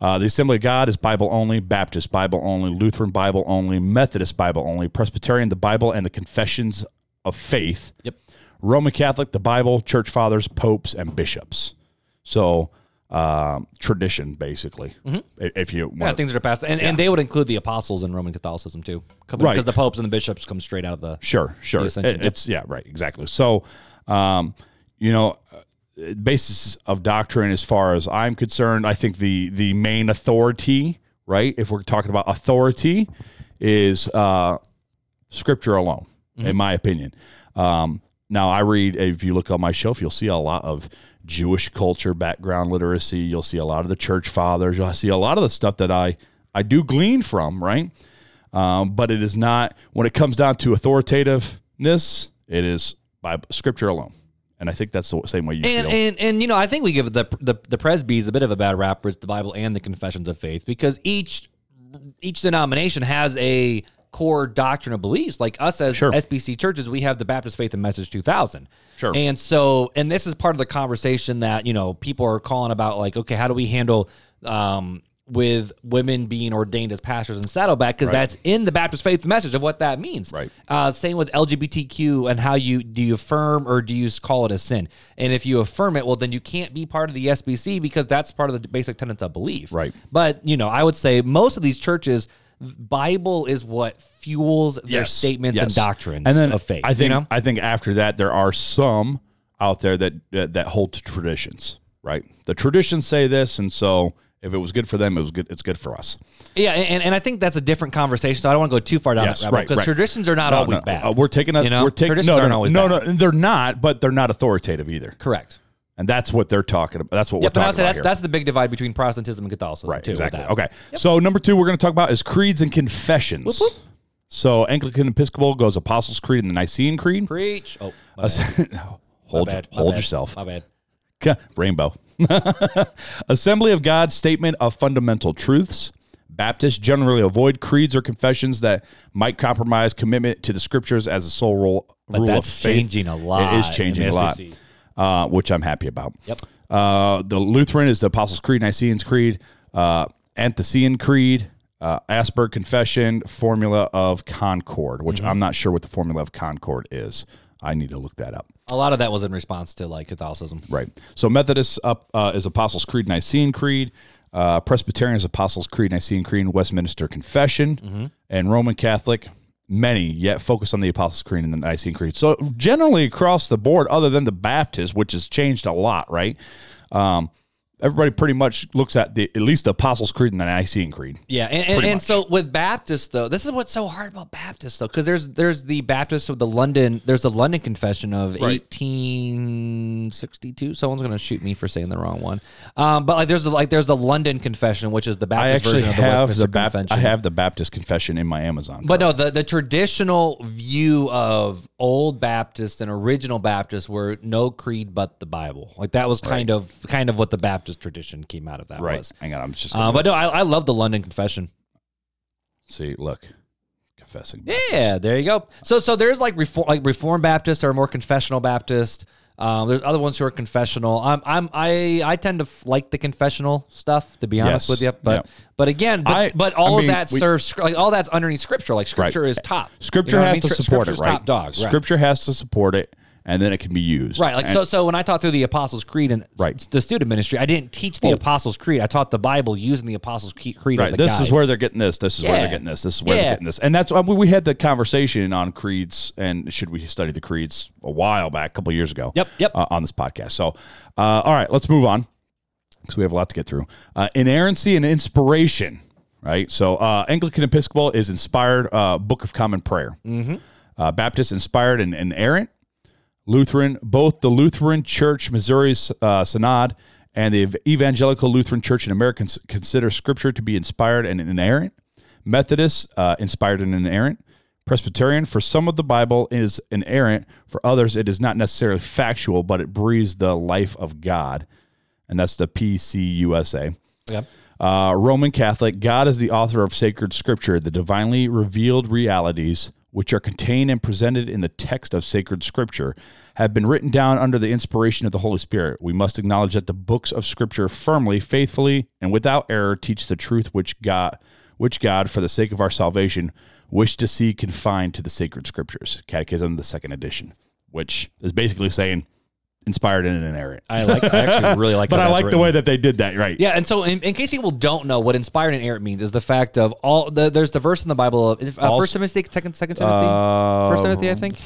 Uh, the Assembly of God is Bible only, Baptist Bible only, Lutheran Bible only, Methodist Bible only, Presbyterian the Bible and the confessions of faith. Yep. Roman Catholic, the Bible, church fathers, popes, and bishops. So um, tradition, basically, i- if you Mm-hmm. Yeah, want. things that are passed, and, and they would include the apostles in Roman Catholicism too, Right. Because the popes and the bishops come straight out of the sure, sure. It, ascension, yep. it's yeah, right, exactly. So, um, you know, uh, basis of doctrine, as far as I'm concerned, I think the the main authority, right? If we're talking about authority, is uh, scripture alone, in my opinion. Um, now, I read, if you look on my shelf, you'll see a lot of Jewish culture background literacy. You'll see a lot of the church fathers. You'll see a lot of the stuff that I, I do glean from, right? Um, but it is not, when it comes down to authoritativeness, it is by scripture alone. And I think that's the same way you And, feel. and and you know, I think we give the the the Presbys a bit of a bad rap for the Bible and the Confessions of Faith because each each denomination has a core doctrine of beliefs. Like us as Sure. SBC churches, we have the Baptist Faith and Message 2000. Sure. And so, and this is part of the conversation that you know people are calling about, like, okay, how do we handle um, with women being ordained as pastors in Saddleback? Because that's in the Baptist Faith Message of what that means. Right. Uh, same with LGBTQ and how you do you affirm or do you s- call it a sin? And if you affirm it, well, then you can't be part of the SBC because that's part of the basic tenets of belief. Right. But you know, I would say most of these churches, Bible is what fuels their Yes, statements and yes. doctrines and then of faith. I think you know? I think after that there are some out there that that, that hold to traditions, right? The traditions say this, and so if it was good for them, it was good. It's good for us. Yeah, and, and I think that's a different conversation. So I don't want to go too far down Yes, that rabbit right, because right. traditions are not No, always no, bad. uh, we're taking a, You know? we're taking Traditions no, no, aren't always no, bad. no, they're not, but they're not authoritative either, correct. and that's what they're talking about. That's what Yep, we're and I would talking say about that's here. that's the big divide between Protestantism and Catholicism right, too. with exactly. that. Okay, so number two we're going to talk about is creeds and confessions. So Anglican Episcopal goes Apostles' Creed and the Nicene Creed. Preach. Oh, my bad, hold my bad, my hold bad, yourself. My bad. Ka- Rainbow. Assembly of God statement of fundamental truths. Baptists generally avoid creeds or confessions that might compromise commitment to the scriptures as a sole rule, rule of that's faith. changing a lot It is in changing the a lot, SBC. uh, which I'm happy about. Yep. Uh, the Lutheran is the Apostles' Creed, Nicene's Creed, uh, Anthesian Creed, uh, Asperg Confession, Formula of Concord, Mm-hmm. which I'm not sure what the Formula of Concord is. I need to look that up. A lot of that was in response to like Catholicism. Right. So Methodist up uh, is Apostles' Creed, Nicene Creed. Uh, Presbyterian is Apostles' Creed, Nicene Creed, and Westminster Confession, Mm-hmm. and Roman Catholic. Many yet focus on the Apostles' Creed and the Nicene Creed. So generally across the board, other than the Baptist, which has changed a lot, right? Um, everybody pretty much looks at the at least the Apostles' Creed and the Nicene Creed. Yeah, and, and, and so with Baptists though, this is what's so hard about Baptists though, because there's there's the Baptists of the London, there's the London Confession of Right. 1862. Someone's gonna shoot me for saying the wrong one, um, but like there's the, like there's the London Confession, which is the I Baptist actually version of the have Westminster the Bap- Confession. I have the Baptist Confession in my Amazon. But no, the, the traditional view of old Baptists and original Baptists were no creed but the Bible. Like that was kind of kind of what the Baptist tradition came out of that right. was. Hang on, I'm just gonna Uh, but no, I, I love the London Confession. see. Look, confessing. Yeah, there you go. So so there's like reform like Reformed Baptist or more confessional Baptist. Um, there's other ones who are confessional. I'm I'm I I tend to f- like the confessional stuff to be Yes. honest with you. But Yeah. but again, but, I- but I all mean, of that we- serves sc- like all that's underneath scripture. Like scripture is top. You Scripture know what I has mean? to Scrip- support it, scripture's right? Top dog. right. Scripture has to support it, and then it can be used. Right. Like And- so so when I taught through the Apostles' Creed and s- Right. the student ministry, I didn't teach the Apostles' Creed. I taught the Bible using the Apostles' Creed Creed as Right. a This guide. is where they're getting this. This is where Yeah. they're getting this. This is where Yeah. they're getting this. And that's I mean, we had the conversation on creeds and should we study the creeds a while back, a couple years ago. Yep, yep. Uh, on this podcast. So, uh, all right, let's move on because we have a lot to get through. Uh, inerrancy and inspiration. Right. So, uh, Anglican Episcopal is inspired uh, Book of Common Prayer. Mm-hmm. Uh, Baptist inspired and inerrant. Lutheran, both the Lutheran Church Missouri uh, Synod and the Evangelical Lutheran Church in America cons- consider Scripture to be inspired and inerrant. Methodists, uh, inspired and inerrant. Presbyterian, for some of the Bible is inerrant, for others it is not necessarily factual, but it breathes the life of God. And that's the PCUSA. Yep. Uh, Roman Catholic, God is the author of sacred scripture, the divinely revealed realities which are contained and presented in the text of sacred scripture have been written down under the inspiration of the Holy Spirit. We must acknowledge that the books of scripture firmly, faithfully, and without error teach the truth which God which God for the sake of our salvation wished to see confined to the sacred scriptures. Catechism the second edition, which is basically saying inspired and inerrant. I like I actually really like But how I that's like the written. way that they did that, right? Yeah, and so in, in case people don't know what inspired and errant means is the fact of all the, there's the verse in the Bible of uh, First Timothy, Second Second Timothy, Uh, First Timothy, I think.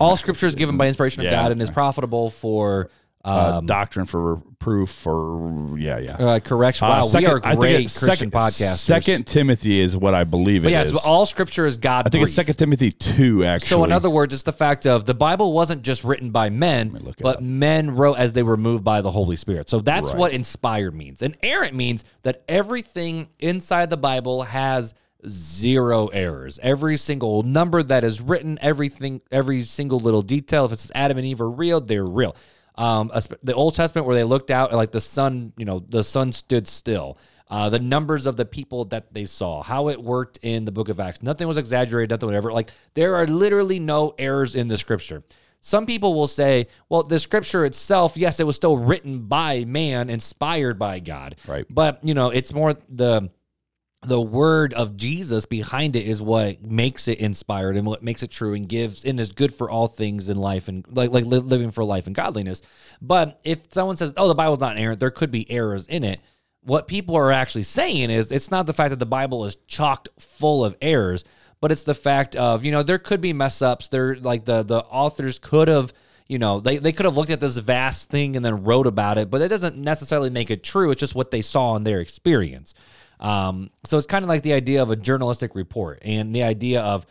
All Scripture is given by inspiration of Yeah. God and is profitable for uh, uh, doctrine for proof for yeah yeah. uh, correction. Wow, Uh, we are I think great it's Christian podcasters. Second Timothy is what I believe it but is. yeah, so all Scripture is God. I think it's Second Timothy two actually. So, in other words, it's the fact of the Bible wasn't just written by men, look it but up. men wrote as they were moved by the Holy Spirit. So that's Right. what inspired means. And errant means that everything inside the Bible has zero errors. Every single number that is written, everything, every single little detail, if it's Adam and Eve are real, they're real. Um, esp- the Old Testament where they looked out and, like the sun, you know, the sun stood still. Uh, the numbers of the people that they saw, how it worked in the book of Acts. Nothing was exaggerated, nothing whatever. Like there are literally no errors in the scripture. Some people will say, well, the scripture itself, yes, it was still written by man, inspired by God. Right. But, you know, it's more the the word of Jesus behind it is what makes it inspired and what makes it true and gives and is good for all things in life and like like li- living for life and godliness. But if someone says, "Oh, the Bible's not errant," there could be errors in it. What people are actually saying is it's not the fact that the Bible is chocked full of errors, but it's the fact of, you know, there could be mess ups. There like the the authors could have you know, they, they could have looked at this vast thing and then wrote about it, but that doesn't necessarily make it true. It's just what they saw in their experience. Um, so it's kind of like the idea of a journalistic report and the idea of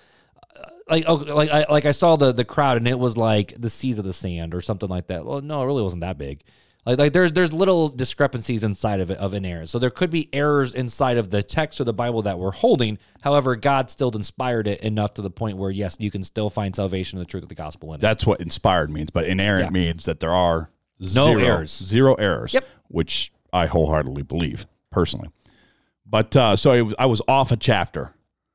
uh, like oh, like I like I saw the the crowd and it was like the seas of the sand or something like that. Well, no, it really wasn't that big. Like like there's there's little discrepancies inside of it of an error. So there could be errors inside of the text or the Bible that we're holding. However, God still inspired it enough to the point where yes, you can still find salvation in the truth of the gospel in it. That's what inspired means, but inerrant means that there are zero, errors. zero errors. Yep. Which I wholeheartedly believe personally. But uh, so I was, I was off a chapter.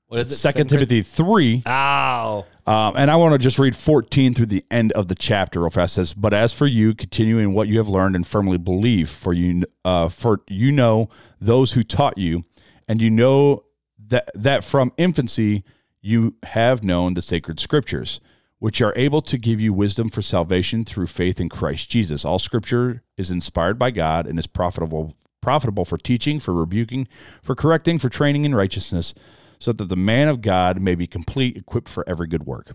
What is it? Second Timothy three. Ow. Um, and I want to just read 14 through the end of the chapter real fast. It says, but as for you, continuing what you have learned and firmly believe, for you, uh, for you know those who taught you, and you know that that from infancy you have known the sacred scriptures, which are able to give you wisdom for salvation through faith in Christ Jesus. All Scripture is inspired by God and is profitable profitable for teaching, for rebuking, for correcting, for training in righteousness, so that the man of God may be complete, equipped for every good work.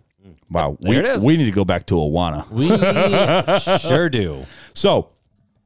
Wow, we, Mm. There it is. we need to go back to Awana. We sure do. So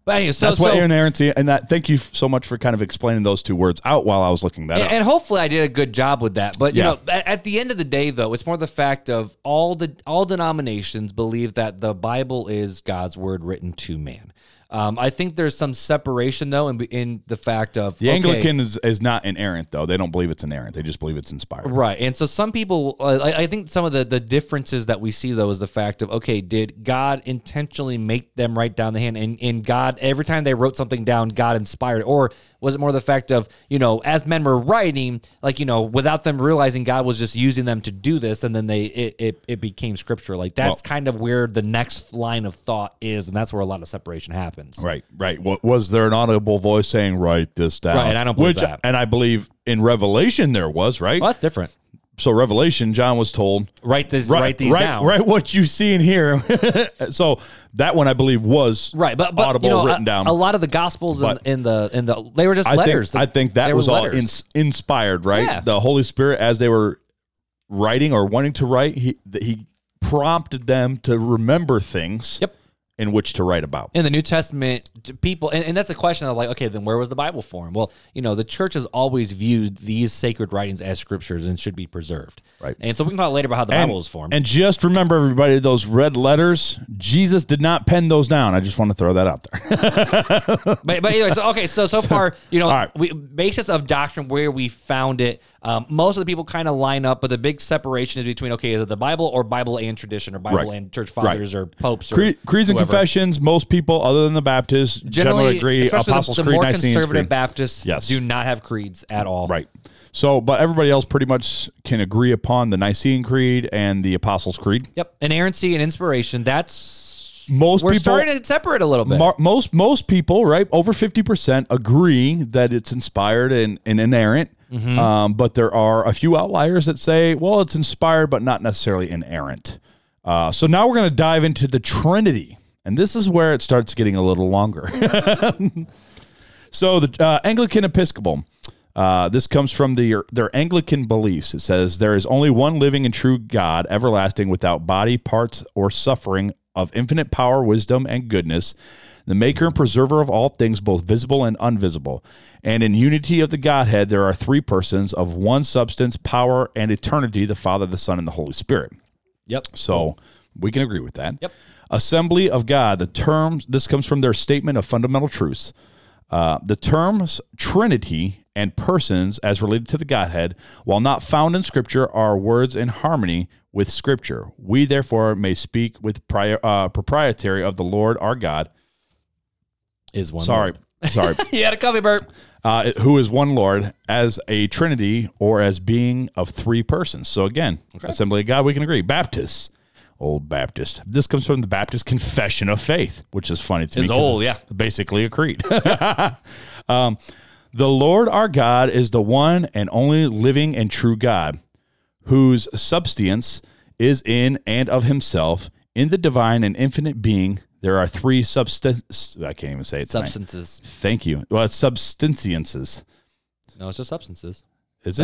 But anyway, so, that's what so- inerrancy and that. Thank you so much for kind of explaining those two words out while I was looking that up. and hopefully I did a good job with that. But you Yeah. know, at, at the end of the day, though, it's more the fact of all the all denominations believe that the Bible is God's word written to man. Um, I think there's some separation though in, in the fact of The okay, Anglican is, is not inerrant though. They don't believe it's inerrant. They just believe it's inspired. Right. And so some people, I, I- I think some of the, the differences that we see, though, is the fact of, okay, did God intentionally make them write down the hand? And, and God, every time they wrote something down, God inspired? Or was it more the fact of, you know, as men were writing, like, you know, without them realizing God was just using them to do this, and then they it, it, it became scripture? Like, that's kind of where the next line of thought is. And that's where a lot of separation happens. Right, right. What was there an audible voice saying, "Write this down"? Right, and I don't believe Which, that. And I believe in Revelation there was, right? Well, that's different. So Revelation, John was told Write this. write these right, down. Write what you see and hear. so that one I believe was Right, but, but audible you know, written a, down. a lot of the gospels in, But- in the in the they were just I letters. think I think They that were was all letters. ins- inspired, right? Yeah. The Holy Spirit, as they were writing or wanting to write, he th- he prompted them to remember things Yep. in which to write about. in the New Testament, t- people, and, and that's a question of like, okay, then where was the Bible for him? Well, you know, the church has always viewed these sacred writings as scriptures and should be preserved. Right. And so we can talk later about how the And- Bible is formed. And just remember, everybody, those red letters. Jesus did not pen those down. I just want to throw that out there. but, but anyway, so okay, so so far, you know, all right. we, basis of doctrine where we found it. Um, most of the people kind of line up, but the big separation is between okay, is it the Bible or Bible and tradition or Bible Right. and church fathers or popes or Cre- creeds and whoever. confessions. Most people, other than the Baptists, generally, agree. especially the- Apostles' the, Creed, more Nicene conservative Creed. Baptists Yes. do not have creeds at all. Right. So, but everybody else pretty much can agree upon the Nicene Creed and the Apostles' Creed. Yep. Inerrancy and inspiration. That's Most we're people starting to separate a little bit. Mar- most most people, right, over fifty percent agree that it's inspired and, and inerrant. Um, but there are a few outliers that say, well, it's inspired but not necessarily inerrant. Uh, so now we're going to dive into the Trinity, and this is where it starts getting a little longer. So the uh, Anglican Episcopal. Uh, this comes from the, their Anglican beliefs. It says there is only one living and true God, everlasting, without body, parts, or suffering, of infinite power, wisdom, and goodness, the maker and preserver of all things, both visible and invisible. And in unity of the Godhead, there are three persons of one substance, power, and eternity the Father, the Son, and the Holy Spirit. yep. So we can agree with that. Yep. Assembly of God. The terms. This comes from their statement of fundamental truths. Uh, the terms Trinity and persons, as related to the Godhead, while not found in Scripture, are words in harmony with Scripture. We therefore may speak with prior, uh, proprietary of the Lord our God. Is one. Sorry, sorry. you had a coffee burp. Uh, who is one Lord as a Trinity or as being of three persons. So again, Assembly of God, we can agree. Baptists, old Baptist. This comes from the Baptist Confession of Faith, which is funny to me. It's 'cause old, yeah. Basically a creed. um, the Lord our God is the one and only living and true God, whose substance is in and of Himself. In the divine and infinite being, there are three substances. I can't even say it. tonight. Substances. Thank you. Well, it's substantiences. No, it's just substances. Is it?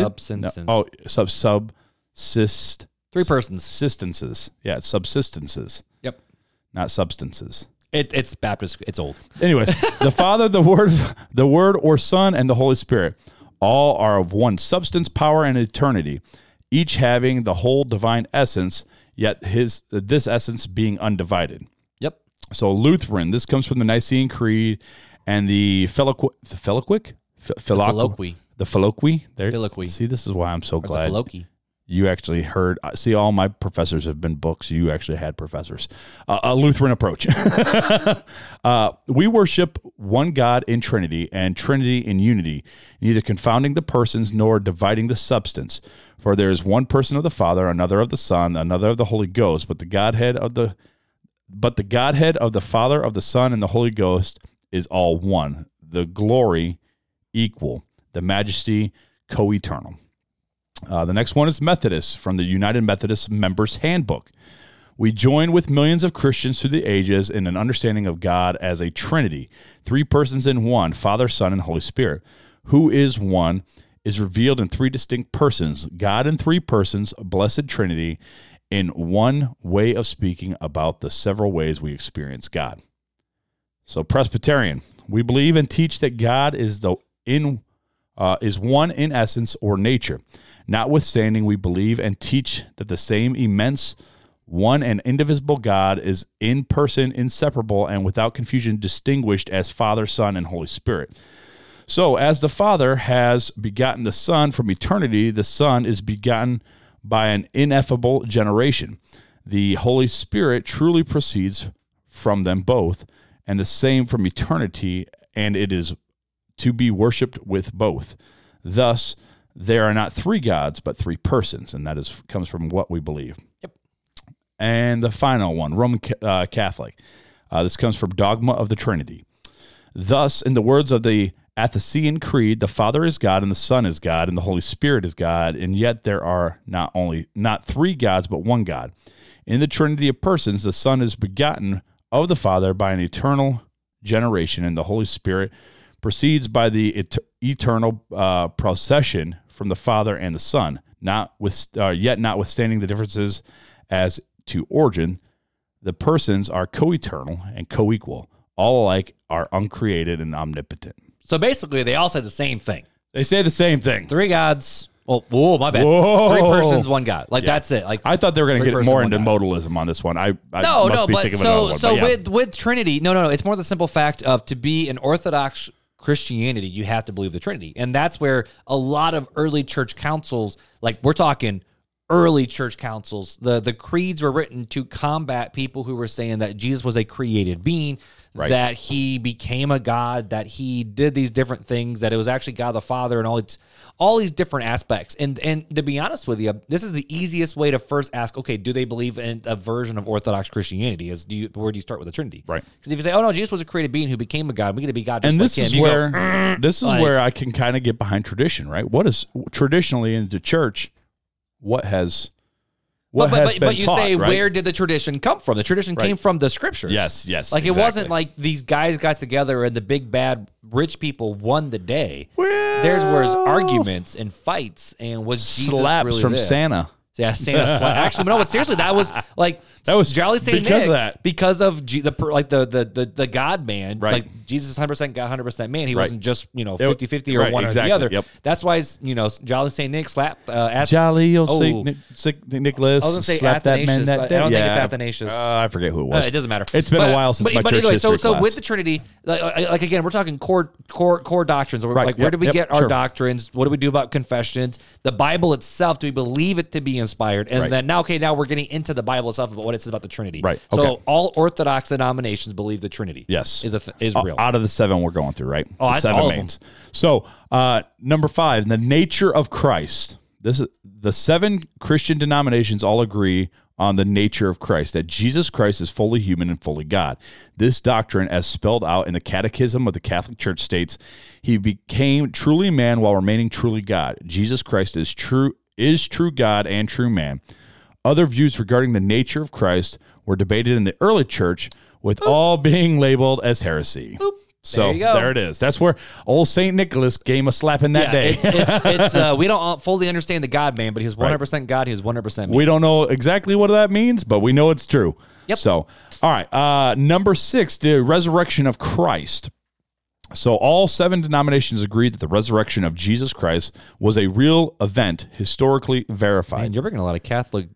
No. Substances. Oh, sub subsist Three persons. subsistences. Yeah, it's subsistences, Yep. not substances. It, it's Baptist. It's old. Anyways, the Father, the Word, the Word or Son, and the Holy Spirit, all are of one substance, power, and eternity, each having the whole divine essence. Yet his this essence being undivided. Yep. So Lutheran. This comes from the Nicene Creed and the Philoqu the Philoquic. Ph- Philoqu- Philoquy. The Philoquy. There. Philoquy. See, this is why I'm so Or glad. the Loki. you actually heard I- see all my professors have been books you actually had professors uh, a lutheran approach uh, we worship one god in trinity and trinity in unity neither confounding the persons nor dividing the substance for there is one person of the father another of the son another of the holy ghost but the godhead of the but the godhead of the father of the son and the holy ghost is all one the glory equal the majesty co-eternal uh, the next one is Methodist from the United Methodist Members Handbook. We join with millions of Christians through the ages in an understanding of God as a Trinity, three persons in one Father, Son, and Holy Spirit. Who is one is revealed in three distinct persons God in three persons, blessed Trinity, in one way of speaking about the several ways we experience God. So Presbyterian, we believe and teach that God is the in uh, is one in essence or nature. Notwithstanding, we believe and teach that the same immense, one and indivisible God is in person, inseparable, and without confusion distinguished as Father, Son, and Holy Spirit. So, as the Father has begotten the Son from eternity, the Son is begotten by an ineffable generation. The Holy Spirit truly proceeds from them both, and the same from eternity, and it is to be worshiped with both. Thus, there are not three gods, but three persons, and that is comes from what we believe. Yep. And the final one, Roman Ca- uh, Catholic. Uh, this comes from Dogma of the Trinity. Thus, in the words of the At the Nicene Creed, the Father is God, and the Son is God, and the Holy Spirit is God, and yet there are not only not three gods, but one God. In the Trinity of persons, the Son is begotten of the Father by an eternal generation, and the Holy Spirit proceeds by the et- eternal uh, procession from the Father and the Son. Not with uh, yet, notwithstanding the differences as to origin, the persons are co-eternal and co-equal. All alike are uncreated and omnipotent. So basically, they all said the same thing: They say the same thing. three gods. Oh, whoa, my bad. Whoa. Three persons, one god. Like that's it. Like I thought they were going to Three get person, more one into guy. modalism on this one. I, I no, must no, be but thinking of another so one, so but yeah. with with Trinity, no, no, no. It's more the simple fact of to be an Orthodox Christianity, you have to believe the Trinity, and that's where a lot of early church councils, like we're talking early church councils, the the creeds were written to combat people who were saying that Jesus was a created being. That he became a god, that he did these different things, that it was actually God the Father, and all its all these different aspects. And and to be honest with you, this is the easiest way to first ask, okay, do they believe in a version of Orthodox Christianity? Is do you where do you start with the Trinity? Right. Because if you say, oh no, Jesus was a created being who became a god, we got to be God just and like this him. is you go, "Mm," where this is like- where I can kind of get behind tradition, right? What is traditionally in the church? What has what but, but, has but, been but you taught, say right? where did the tradition come from? The tradition came from the scriptures. Yes, yes, Like it wasn't exactly. like these guys got together and the big bad rich people won the day. Well- There's where arguments and fights and was Jesus slaps really from this? Santa? Yeah, Santa slap. Actually, no, but seriously, that was like That was Jolly Saint because Nick of that. because of G, the per- like the the the, the God man, Right. Like Jesus is 100% God, 100% man. He Right. wasn't just, you know, It- 50-50 or right, one exactly, or the other. yep. That's why, you know, Jolly Saint Nick slapped uh, at Jolly old Saint Oh. Nic- Saint Nicholas. I was gonna say slapped that man Athanasius, that but I day. don't think yeah, it's Athanasius. Uh, I forget who it Uh, was. it doesn't matter. It's been But- a while since but, my but church anyway, so history so class. with the Trinity, like, like again, we're talking core core core doctrines. We're Right, Like, where yep, do we yep, get our sure. doctrines? What do we do about confessions? The Bible itself, do we believe it to be inspired? And Right. then now, okay, now we're getting into the Bible itself about what it says about the Trinity. Right, okay. So all Orthodox denominations believe the Trinity. Yes. Uh, is a th- is O- real. Out of the seven we're going through, right? Oh, the that's seven all of So uh, number five, the nature of Christ. This is the seven Christian denominations all agree on the nature of Christ, that Jesus Christ is fully human and fully God. This doctrine, as spelled out in the Catechism of the Catholic Church, states he became truly man while remaining truly God. Jesus Christ is true is true God and true man. Other views regarding the nature of Christ were debated in the early church, with all being labeled as heresy. So There there, you go. it is. That's where old Saint Nicholas gave him a slap in that Yeah, day. it's, it's, it's uh, we don't all fully understand the God man, but he was 100 percent God. He was 100 percent man. we don't know exactly what that means, but we know it's true. Yep. So, all right. Uh, number six, the resurrection of Christ. So, all seven denominations agreed that the resurrection of Jesus Christ was a real event, historically verified. And you're bringing a lot of Catholic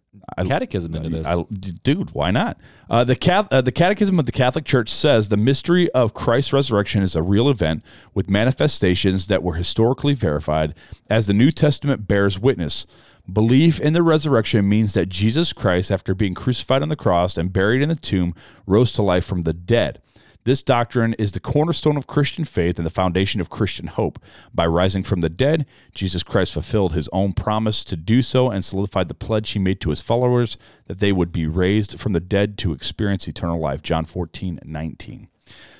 catechism into this. I, d- dude, why not? Uh, the Cath- uh, the Catechism of the Catholic Church says the mystery of Christ's resurrection is a real event with manifestations that were historically verified, as the New Testament bears witness. Belief in the resurrection means that Jesus Christ, after being crucified on the cross and buried in the tomb, rose to life from the dead. This doctrine is the cornerstone of Christian faith and the foundation of Christian hope. By rising from the dead, Jesus Christ fulfilled his own promise to do so and solidified the pledge he made to his followers that they would be raised from the dead to experience eternal life. John 14, 19.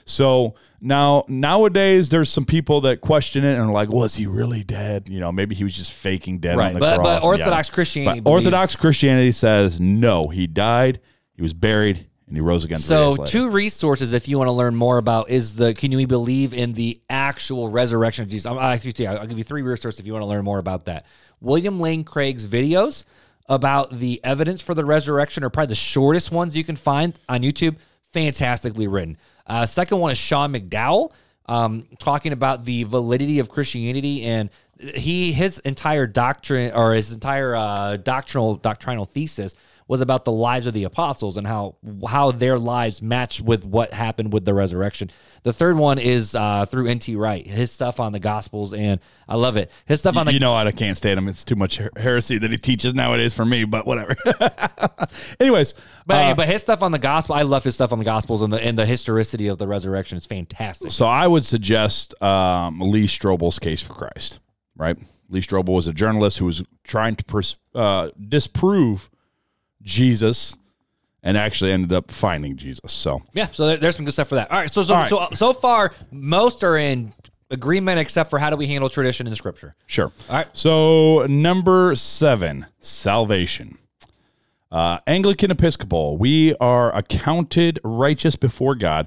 So now nowadays there's some people that question it and are like, was he really dead? You know, maybe he was just faking dead on Right, the but- cross. but Orthodox Yeah. Christianity But Orthodox believes- Christianity says no, he died, he was buried, and he rose again. three So days later. two resources if you want to learn more about is the can we believe in the actual resurrection of Jesus? I'm, I'll, give you- I'll give you three resources if you want to learn more about that. William Lane Craig's videos about the evidence for the resurrection are probably the shortest ones you can find on YouTube. Fantastically written. Uh, second one is Sean McDowell um, talking about the validity of Christianity and he his entire doctrine or his entire uh, doctrinal doctrinal thesis was about the lives of the apostles and how how their lives matched with what happened with the resurrection. The third one is uh, through N.T. Wright, his stuff on the Gospels, and I love it. His stuff on the you know what? I can't stand him. It's too much her- heresy that he teaches nowadays for me. But whatever. Anyways, but, uh, but his stuff on the gospel, I love his stuff on the Gospels and the and the historicity of the resurrection is fantastic. so I would suggest um, Lee Strobel's Case for Christ. Right, Lee Strobel was a journalist who was trying to pers- uh, disprove Jesus, and actually ended up finding Jesus. So Yeah, so there, there's some good stuff for that. All right, so so All right. so, so far most are in agreement except for how do we handle tradition in scripture. Sure. All right. So number seven, salvation. Uh, Anglican Episcopal, we are accounted righteous before God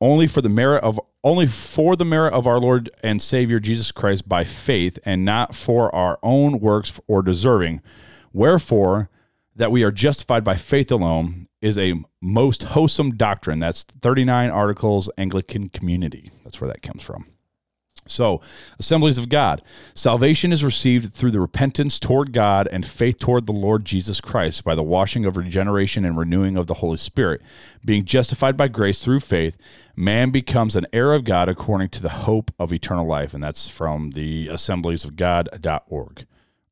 only for the merit of only for the merit of our Lord and Savior Jesus Christ by faith, and not for our own works or deserving. Wherefore, that we are justified by faith alone is a most wholesome doctrine. That's 39 Articles Anglican Community. That's where that comes from. So, assemblies of God, salvation is received through the repentance toward God and faith toward the Lord Jesus Christ by the washing of regeneration and renewing of the Holy Spirit. Being justified by grace through faith, man becomes an heir of God according to the hope of eternal life. And that's from the assemblies of God.org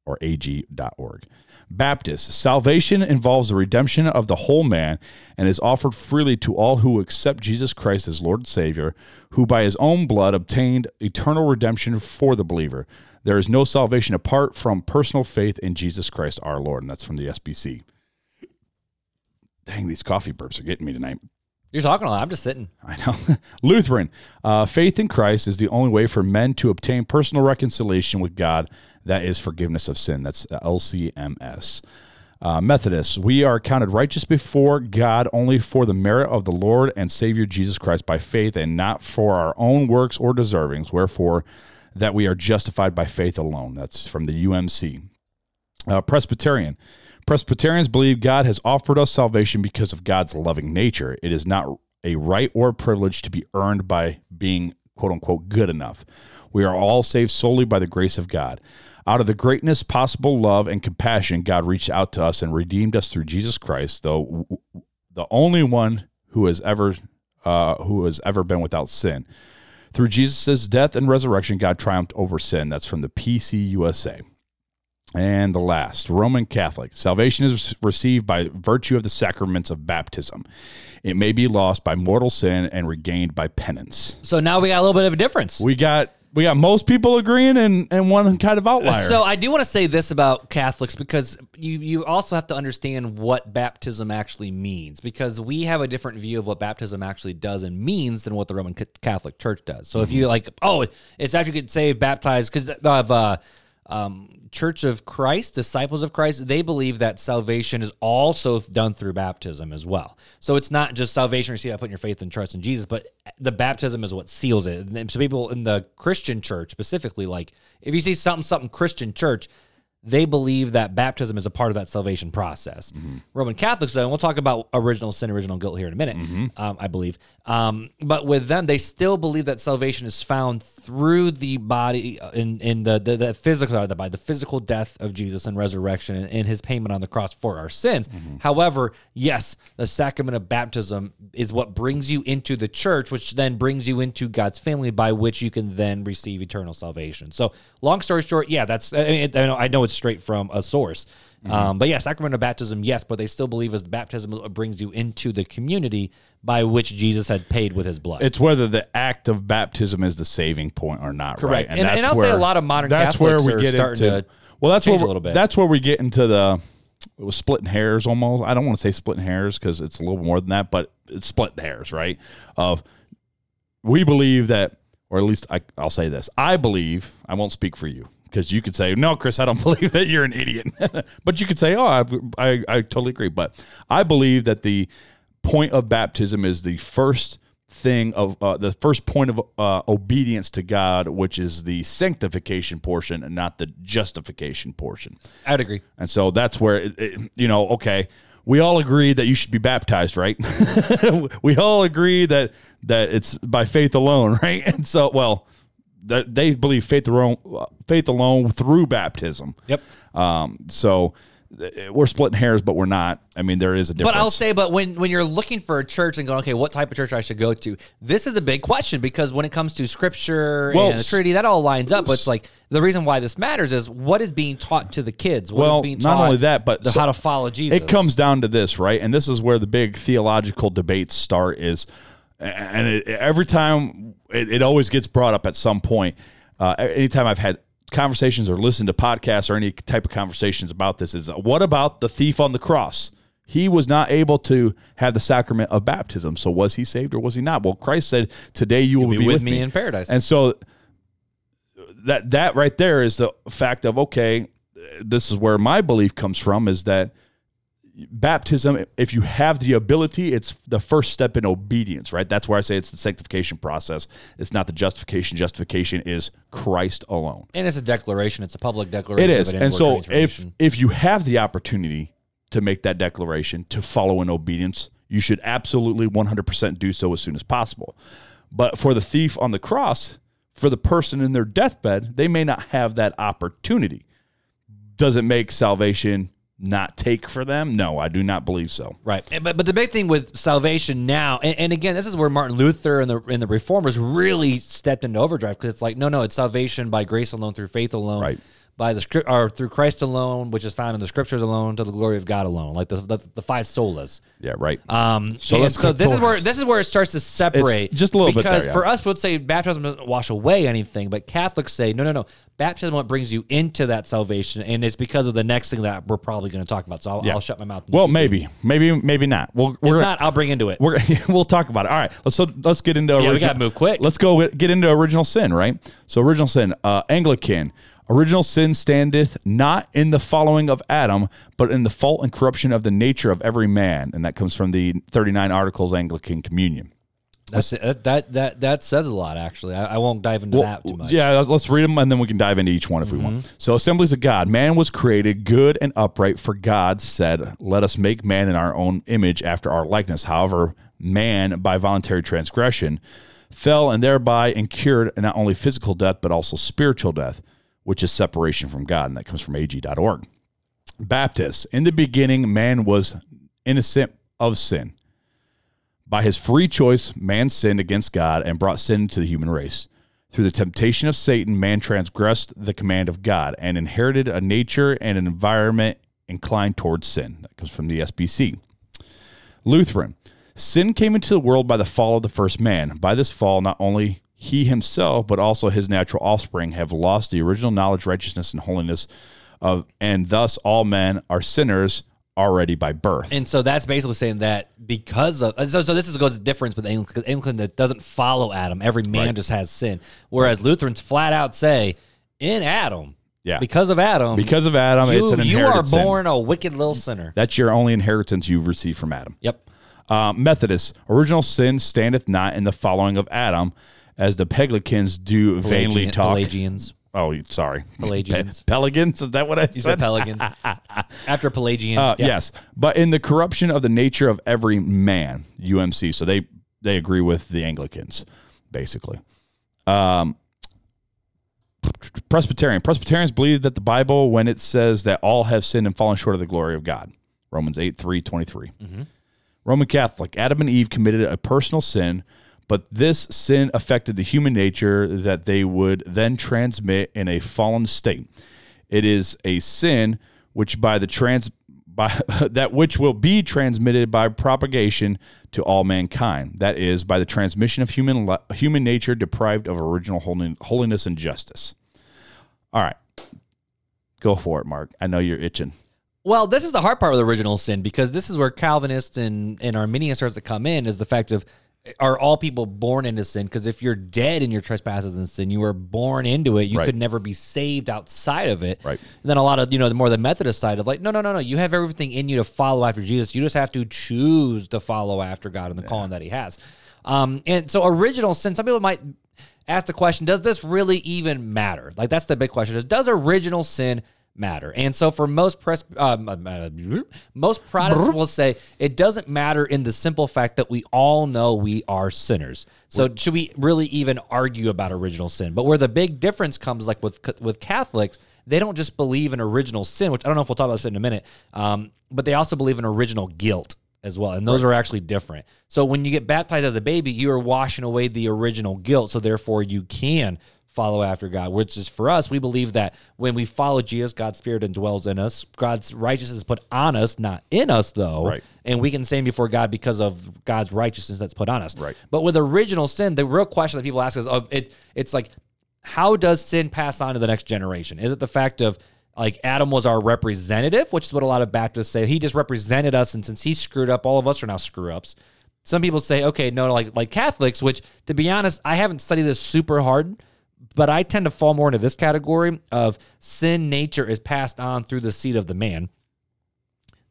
or ag.org. Baptist, salvation involves the redemption of the whole man and is offered freely to all who accept Jesus Christ as Lord and Savior, who by his own blood obtained eternal redemption for the believer. There is no salvation apart from personal faith in Jesus Christ our Lord. And that's from the SBC. Dang, these coffee burps are getting me tonight. You're talking a lot. I'm just sitting. I know. Lutheran. Uh, faith in Christ is the only way for men to obtain personal reconciliation with God. That is forgiveness of sin. That's uh, LCMS. Uh, Methodists. We are counted righteous before God only for the merit of the Lord and Savior Jesus Christ by faith and not for our own works or deservings. Wherefore, that we are justified by faith alone. That's from the UMC. Uh, Presbyterian. Presbyterians believe God has offered us salvation because of God's loving nature. It is not a right or privilege to be earned by being quote unquote good enough. We are all saved solely by the grace of God. Out of the greatness, possible love, and compassion, God reached out to us and redeemed us through Jesus Christ, though the only one who has ever uh, who has ever been without sin. Through Jesus' death and resurrection, God triumphed over sin. That's from the PCUSA. And the last, Roman Catholic. Salvation is received by virtue of the sacraments of baptism. It may be lost by mortal sin and regained by penance. So now we got a little bit of a difference. We got we got most people agreeing and, and one kind of outlier. So I do want to say this about Catholics because you you also have to understand what baptism actually means because we have a different view of what baptism actually does and means than what the Roman Ca- Catholic Church does. So if you like, oh, it's after you get saved, baptized because of. Uh, um, Church of Christ, disciples of Christ, they believe that salvation is also done through baptism as well. So it's not just salvation received by putting your faith and trust in Jesus, but the baptism is what seals it. And so people in the Christian church specifically, like if you see something, something Christian church, they believe that baptism is a part of that salvation process. Roman Catholics, though, and we'll talk about original sin, original guilt here in a minute, um, I believe. Um, but with them, they still believe that salvation is found through the body uh, in in the the, the physical uh, the by the physical death of Jesus and resurrection and, and His payment on the cross for our sins. However, yes, the sacrament of baptism is what brings you into the church, which then brings you into God's family, by which you can then receive eternal salvation. So, long story short, yeah, that's I, mean, it- I know I know it's straight from a source, um, but yeah, sacrament of baptism, yes, but they still believe as baptism is what brings you into the community by which Jesus had paid with His blood. it's whether the act of baptism is the saving point or not. Right? Correct. And- and I'll say a lot of modern Catholics are starting to well, that's where change a we're- little bit. That's where we get into the it was splitting hairs almost. I don't want to say splitting hairs because it's a little more than that, but it's splitting hairs, right? Of we believe that, or at least I, I'll say this: I believe. I won't speak for you because you could say, "No, Chris, I don't believe that you're an idiot," but you could say, "Oh, I, I, I totally agree." But I believe that the point of baptism is the first thing of uh, the first point of uh, obedience to God, which is the sanctification portion and not the justification portion. I would agree. And so that's where, it, it, you know, okay, we all agree that you should be baptized, right? we all agree that that it's by faith alone, right? And so, well, that they believe faith alone, faith alone through baptism. Yep. Um, so th- we're splitting hairs, but we're not. I mean, there is a difference. But I'll say, but when when you're looking for a church and going, okay, what type of church I should go to, this is a big question because when it comes to scripture Well, and the Trinity, that all lines up. But it's like the reason why this matters is what is being taught to the kids. What is Well, being not taught only that, but the, so- how to follow Jesus. It comes down to this, right? And this is where the big theological debates start. Is and it, every time it, it always gets brought up at some point. Uh, anytime I've had conversations or listened to podcasts or any type of conversations about this, is uh, what about the thief on the cross? He was not able to have the sacrament of baptism. So was he saved or was he not? Well, Christ said, "Today you will be, be with with me in paradise. And so that that right there is the fact of okay, this is where my belief comes from is that baptism if you have the ability it's the first step in obedience right that's where i say it's the sanctification process it's not the justification justification is christ alone And it's a declaration. It's a public it declaration. is of an and inward so if transformation. if you have the opportunity to make that declaration to follow in obedience you should absolutely 100% do so as soon as possible but for the thief on the cross for the person in their deathbed they may not have that opportunity does it make salvation not take for them no i do not believe so Right, And- but but the big thing with salvation now, and, and again, this is where Martin Luther and the and the reformers really stepped into overdrive because it's like, no, no, it's salvation by grace alone, through faith alone, Right. by the script or through Christ alone, which is found in the Scriptures alone, to the glory of God alone, like the the, the five solas. yeah right Um, so let's so click this is doors. where this is where it starts to separate It's just a little bit because there, yeah. for us, we'd say baptism doesn't wash away anything, but Catholics say no, no, no. Baptism what brings you into that salvation, and it's because of the next thing that we're probably going to talk about. So I'll, I'll shut my mouth. and Well, keep maybe, maybe, maybe not. We'll if we're not, I'll bring into it. we're we'll talk about it. All right, let's so let's get into we gotta move quick. Let's go with- get into original sin. Right. So original sin, uh, Anglican. Original sin standeth not in the following of Adam, but in the fault and corruption of the nature of every man, and that comes from the Thirty Nine Articles Anglican Communion. That's, that, that that that says a lot, actually. I, I won't dive into that too much. Mm-hmm. Yeah, let's- let's read them and then we can dive into each one if we want. So, Assemblies of God, man was created good and upright, for God said, Let us make man in our own image after our likeness. However, man, by voluntary transgression, fell and thereby incurred not only physical death, but also spiritual death, which is separation from God. And that comes from ag.org. Baptists, in the beginning, man was innocent of sin. By his free choice, man sinned against God and brought sin to the human race. Through the temptation of Satan, man transgressed the command of God and inherited a nature and an environment inclined towards sin. That comes from the SBC. Lutheran. Sin came into the world by the fall of the first man. By this fall, not only he himself, but also his natural offspring have lost the original knowledge, righteousness, and holiness of, and thus all men are sinners already by birth. And so that's basically saying that because of so, so this is goes the difference with Anglican because Anglican that doesn't follow Adam. Every man just has sin, whereas Lutherans flat out say in Adam, Yeah. because of Adam, because of Adam, you, it's an you inherited are sin. born a wicked little sinner. That's your only inheritance you've received from Adam. Yep. Uh, Methodists, original sin standeth not in the following of Adam, as the Peglicans do vainly Pelagian- talk. Pelagians. Oh, sorry. Pelagians. Pe- Pelicans? Is that what I He's said? a Pelican. After Pelagian. Uh, yeah. Yes, but in the corruption of the nature of every man, UMC. So they they agree with the Anglicans, basically. Um, Presbyterian Presbyterians believe that the Bible, when it says that all have sinned and fallen short of the glory of God, Romans 8, 3, 23. Roman Catholic, Adam and Eve committed a personal sin, but this sin affected the human nature that they would then transmit in a fallen state. It is a sin which by the trans by that which will be transmitted by propagation to all mankind. That is by the transmission of human li- human nature deprived of original holin- holiness and justice. All right. Go for it, Mark. I know you're itching. Well, this is the hard part of the original sin because this is where Calvinists and, and Arminians starts to come in is the fact of are all people born into sin? Because if you're dead in your trespasses and sin, you were born into it. You Right. could never be saved outside of it. Right. And then a lot of you know the more the Methodist side of like, no, no, no, no. You have everything in you to follow after Jesus. You just have to choose to follow after God and the calling that He has. Um, and so original sin. Some people might ask the question: Does this really even matter? Like that's the big question: Is does original sin matter? And so for most press, um, uh, most Protestants will say it doesn't matter in the simple fact that we all know we are sinners. So should we really even argue about original sin? But where the big difference comes, like with with Catholics they don't just believe in original sin, which I don't know if we'll talk about this in a minute, um, but they also believe in original guilt as well. And those are actually different. So when you get baptized as a baby, you are washing away the original guilt. So therefore, you can follow after God, which is for us, we believe that when we follow Jesus, God's Spirit indwells in us. God's righteousness is put on us, not in us, though. Right. And we can stand before God because of God's righteousness that's put on us. Right. But with original sin, the real question that people ask is, oh, it, it's like, how does sin pass on to the next generation? Is it the fact of like Adam was our representative, which is what a lot of Baptists say. He just represented us, and since he screwed up, all of us are now screw ups. Some people say, okay, no, like like Catholics, which to be honest, I haven't studied this super hard, but I tend to fall more into this category of sin nature is passed on through the seed of the man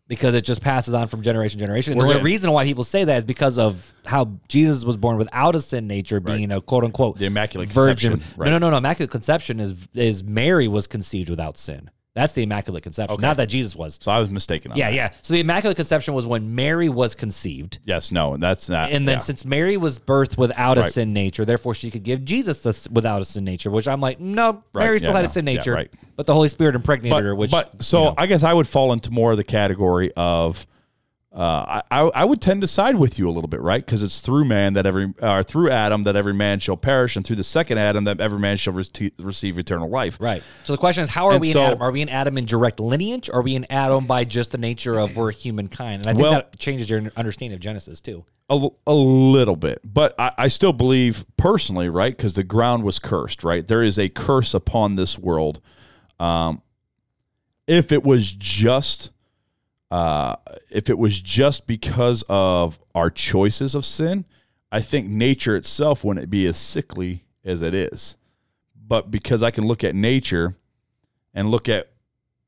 because it just passes on from generation to generation. And the We're only in. reason why people say that is because of how Jesus was born without a sin nature being a quote unquote The Immaculate virgin. Conception, No, right. no, no, no. Immaculate conception is is Mary was conceived without sin. That's the immaculate conception. Not that Jesus was. So I was mistaken. On Yeah, that. yeah. So the immaculate conception was when Mary was conceived. Yes. No. That's not. And then yeah. since Mary was birthed without a Right. sin nature, therefore she could give Jesus this without a sin nature, which I'm like, no, Right, Mary yeah, still had a no, sin yeah, nature, right. but the Holy Spirit impregnated her, but, which but- so you know, I guess I would fall into more of the category of uh, I, I I would tend to side with you a little bit, right? Because it's through man that every or through Adam that every man shall perish, and through the second Adam that every man shall re- receive eternal life. right. So the question is, how are And we so- in Adam? Are we in Adam in direct lineage? Or are we in Adam by just the nature of we're humankind? And I think Well- that changes your understanding of Genesis too. A, a little bit, but I, I still believe personally, right? Because the ground was cursed, right? There is a curse upon this world. Um, if it was just, uh, if it was just because of our choices of sin, I think nature itself wouldn't be as sickly as it is. But because I can look at nature and look at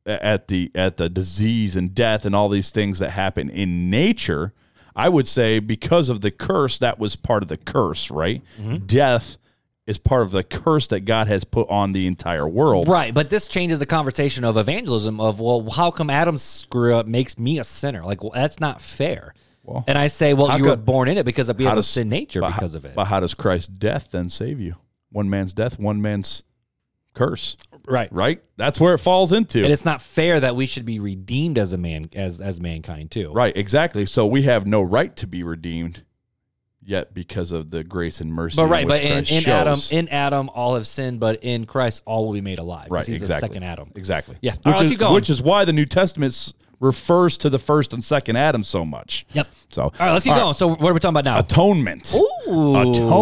at the at the disease and death and all these things that happen in nature i would say because of the curse that was part of the curse right death is part of the curse that god has put on the entire world Right, but this changes the conversation of evangelism of well, how come Adam's screw up makes me a sinner? Like well, that's not fair. Well, and I say, well, how you were could- born in it because of being how a does- sin nature But how- because of it. but how does christ's death then save you one man's death one man's curse right. right that's where it falls into and it's not fair that we should be redeemed as a man as as mankind too right exactly so we have no right to be redeemed yet because of the grace and mercy but right which but in, Christ in adam shows. in adam all have sinned but in christ all will be made alive 'cause Right, he's exactly. the second adam Exactly. Yeah. Which All right, is let's keep going. which is why the New Testament s- refers to the first and second Adam so much. yep So all right let's keep going so what are we talking about now Atonement. Ooh.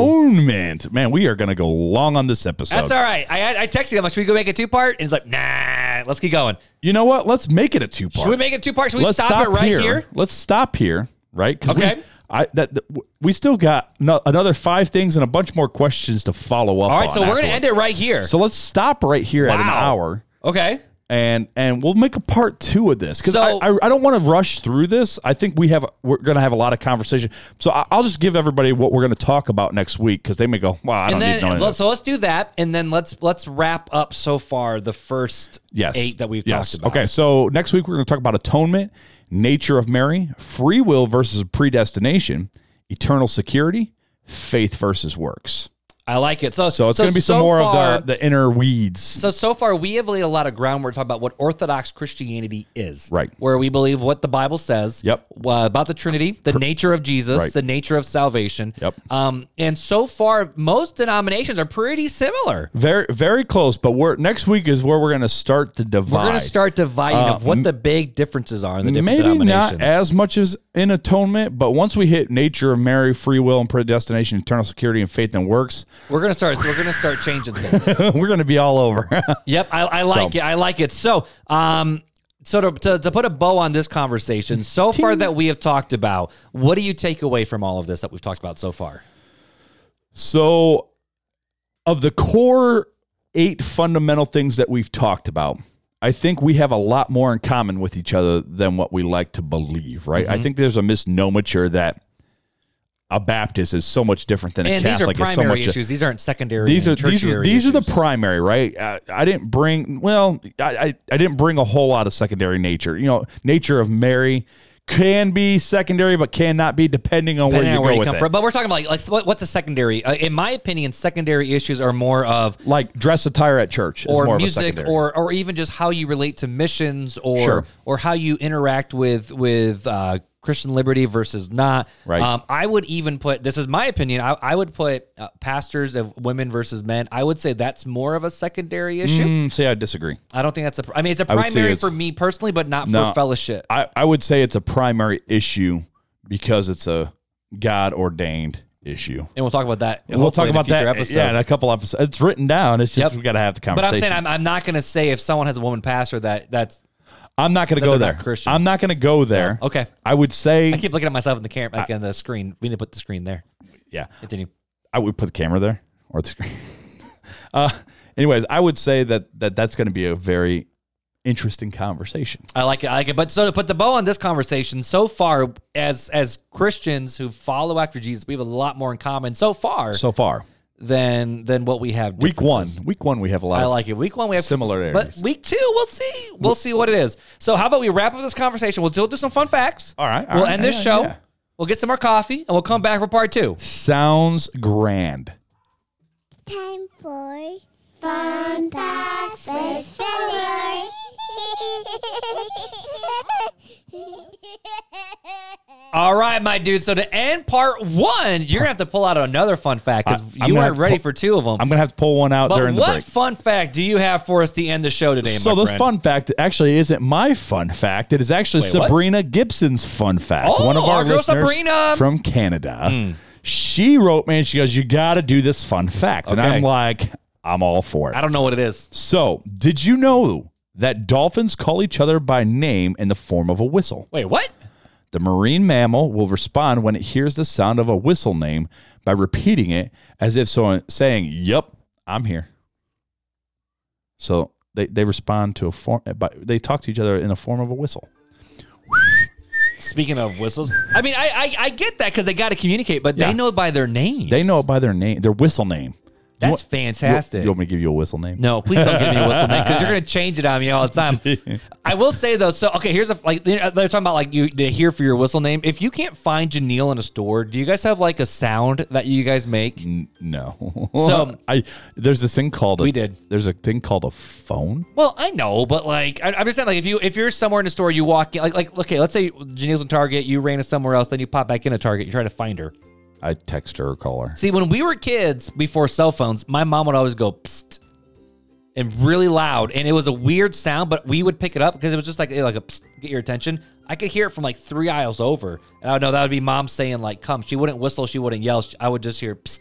Atonement. Man, we are going to go long on this episode. that's all right i i texted him like should we go make a two-part and he's like nah let's keep going you know what? Let's make it a two part. should we make it two parts should we Let's stop, it right here, Let's stop here, right? 'Cause Okay. We, I that that- we still got no, another five things and a bunch more questions to follow up. all right so we're gonna end it right here So let's stop right here at an Wow. hour. okay and and we'll make a part two of this because So- I, I I don't want to rush through this. I think we have we're gonna have a lot of conversation. So I, I'll just give everybody what we're gonna talk about next week because they may go, "Wow, I don't and need to know then any of this." let's, so let's do that and then let's let's wrap up so far the first Yes, eight that we've Yes. talked about Okay, so next week we're gonna talk about atonement, nature of Mary, free will versus predestination, eternal security, faith versus works. I like it. So, So it's gonna be some more of the the inner weeds. So so far, we have laid a lot of groundwork talking about what Orthodox Christianity is, Right. Where we believe what the Bible says, Yep. uh, about the Trinity, the nature of Jesus, Right. the nature of salvation, Yep. Um, and so far, most denominations are pretty similar. Very very close, but we're next week is where we're gonna start the divide. We're going to start dividing Uh, of what the big differences are in the different Maybe denominations. not as much as in atonement, but once we hit nature of Mary, free will and predestination, eternal security and faith and works, we're going to start. we're going to start changing things. we're going to be all over. yep, I, I like it. I like it. So, um. So to, to, to put a bow on this conversation, so far that we have talked about, what do you take away from all of this that we've talked about so far? so, of the core eight fundamental things that we've talked about, I think we have a lot more in common with each other than what we like to believe, right? Mm-hmm. I think there's a misnomature that a Baptist is so much different than a And these are Catholic. is so primary much issues. These aren't secondary. these and are these are tertiary these are the issues. primary right I, I didn't bring well I, I i didn't bring a whole lot of secondary nature you know nature of mary can be secondary but cannot be depending on Depending on where where you go you come with from. it But we're talking about like, like so what- what's a secondary? Uh, in my opinion, secondary issues are more of like dress attire at church is or more of a music secondary. or or even just how you relate to missions or Sure. or how you interact with with uh, Christian liberty versus not. Right. Um, I would even put this is my opinion. I, I would put uh, pastors of women versus men. I would say that's more of a secondary issue. Mm, see i disagree I don't think that's a. pr- I mean, it's a would say primary it's- for me personally, but not No. for fellowship. I, I would say it's a primary issue because it's a god ordained issue And we'll talk about that. And we'll talk hopefully in a about that future Episode. yeah in a couple episodes it's written down it's just Yep. we gotta have the But conversation I'm saying I'm, I'm not going to say if someone has a woman pastor that that's I'm not gonna go they're not there Christian. i'm not gonna go there okay. i would say I keep looking at myself in the camera, like in the screen. We need to put the screen there. yeah Continue. I would put the camera there or the screen. Uh, anyways, I would say that that that's going to be a very interesting conversation. I like it. I like it. But so to put the bow on this conversation, so far as as Christians who follow after Jesus, we have a lot more in common so far So far, than than what we have. week one, differences. week one, we have a lot. I of- like it. Week one, we have Similarities. but week two, we'll see. We'll see what it is. So how about we wrap up this conversation? We'll still do some fun facts. All right, all we'll right, end this yeah, show. yeah. We'll get some more coffee, and we'll come back for part two. sounds grand. time for fun facts with Filler. All right, my dude. So to end part one, you're gonna have to pull out another fun fact because I- I'm you gonna weren't have to ready pull- for two of them. I'm gonna have to pull one out but during the what break. fun fact do you have for us to end the show today? so my this friend? fun fact actually isn't my fun fact. It is actually Wait, what? Sabrina Gibson's fun fact. Oh, One of our our girl listeners Sabrina. Hmm. from Canada. She wrote me and she goes, "You got to do this fun fact," and Okay. I'm like, "I'm all for it." I don't know what it is. So, did you know that dolphins call each other by name in the form of a whistle? Wait, what? The marine mammal will respond when it hears the sound of a whistle name by repeating it as if someone saying, Yep, I'm here. So they, they respond to a form, by, they talk to each other in a form of a whistle. Speaking of whistles, I mean, I I, I get that because they got to communicate, but Yeah. they know by their names. They know it by their name, their whistle name. You That's want- fantastic. You, you want me to give you a whistle name? No, please don't give me a whistle name because you're going to change it on me all the time. I will say though, so okay, here's a like they're they're talking about like you they hear for your whistle name. If you can't find Janelle in a store, do you guys have like a sound that you guys make? N- No. So- I there's this thing called a, We did. There's a thing called a phone. Well, I know, but like I, I'm just saying, like if you if you're somewhere in a store, you walk in, like like okay, let's say Janelle's in Target, you ran to somewhere else, then you pop back in a Target, you try to find her. I text her or call her. See, when we were kids before cell phones, my mom would always go psst and really loud, and it was a weird sound, but we would pick it up because it was just like eh, like a psst, get your attention. I could hear it from like three aisles over, and I would know that would be mom saying like come. She wouldn't whistle, she wouldn't yell. She- I would just hear psst,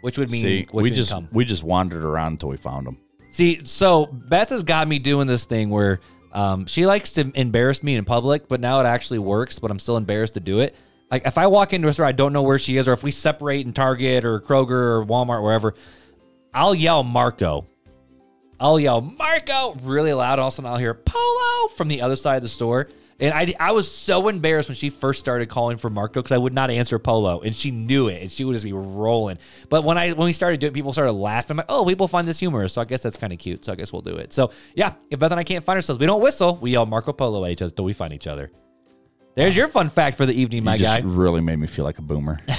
which would mean See, we which means just come. we just wandered around until we found them. See, so Beth has got me doing this thing where um, she likes to embarrass me in public, but now it actually works, but I'm still embarrassed to do it. Like if I walk into a store, I don't know where she is, or if we separate in Target or Kroger or Walmart, wherever, I'll yell Marco. I'll yell Marco really loud. All of a sudden, I'll hear Polo from the other side of the store. And I, I was so embarrassed when she first started calling for Marco because I would not answer Polo, and she knew it, and she would just be rolling. But when I when we started doing, it, people started laughing. I'm like, oh, people find this humorous, so I guess that's kind of cute. So I guess we'll do it. So yeah, if Beth and I can't find ourselves, we don't whistle. We yell Marco Polo at each other till we find each other. There's your fun fact for the evening, my you guy. just really made me feel like a boomer. so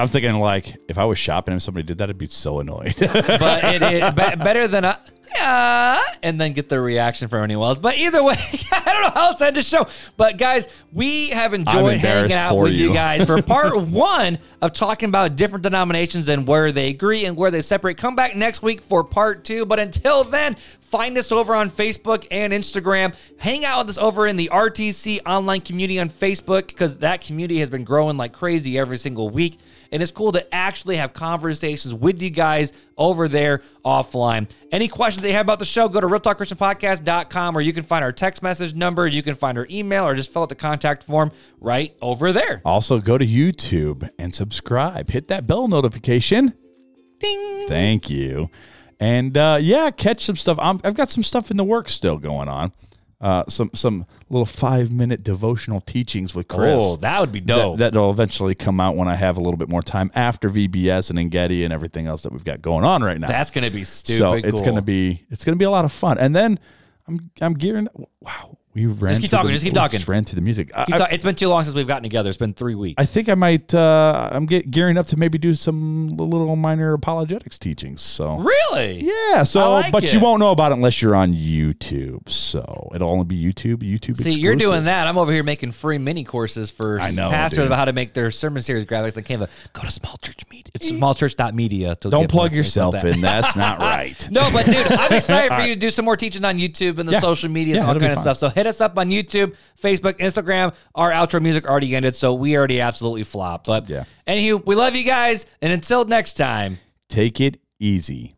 I'm thinking like if I was shopping and somebody did that, I'd be so annoyed. but it is be- better than a yeah, and then get the reaction from anyone else. But either way, I don't know how else to end the show. But guys, we have enjoyed hanging embarrassed out for with you. you. guys for part one of talking about different denominations and where they agree and where they separate. Come back next week for part two. But until then, find us over on Facebook and Instagram. Hang out with us over in the RTC online community on Facebook because that community has been growing like crazy every single week. And it's cool to actually have conversations with you guys over there offline. Any questions that you have about the show, go to realtalkchristianpodcast.com or you can find our text message number, you can find our email, or just fill out the contact form right over there. also go to YouTube and subscribe. Hit that bell notification. Ding. Thank you. And uh, yeah, catch some stuff. I'm, I've got some stuff in the works still going on. Uh, some some little five minute devotional teachings with Chris. Oh, that would be dope. That, that'll eventually come out when I have a little bit more time after VBS and Engedi and everything else that we've got going on right now. That's gonna be stupid. so it's cool. gonna be it's gonna be a lot of fun. And then I'm I'm gearing. Wow, we ran. keep through talking, The, just keep we talking. Just ran through the music. I, Keep talk- it's been too long since we've gotten together. It's been three weeks. I think I might. Uh, I'm get, gearing up to maybe do some little minor apologetics teachings. So really? yeah. I So, like but it. you won't know about it unless you're on YouTube. So it'll only be YouTube. YouTube. See, you're doing that. I'm over here making free mini courses for I know, pastors dude. about how to make their sermon series graphics on Canva. Go to small church media. It's smallchurch.media. Don't to get more plug information yourself about that. in. That's not right. No, but dude, I'm excited for you to do some more teaching on YouTube and the Yeah. social media and Yeah, all that'll be kind of fun. stuff. So hit us up on YouTube, Facebook, Instagram. Our outro music already ended, so we already absolutely flopped. But Yeah. anywho, we love you guys, and until next time. Take it easy.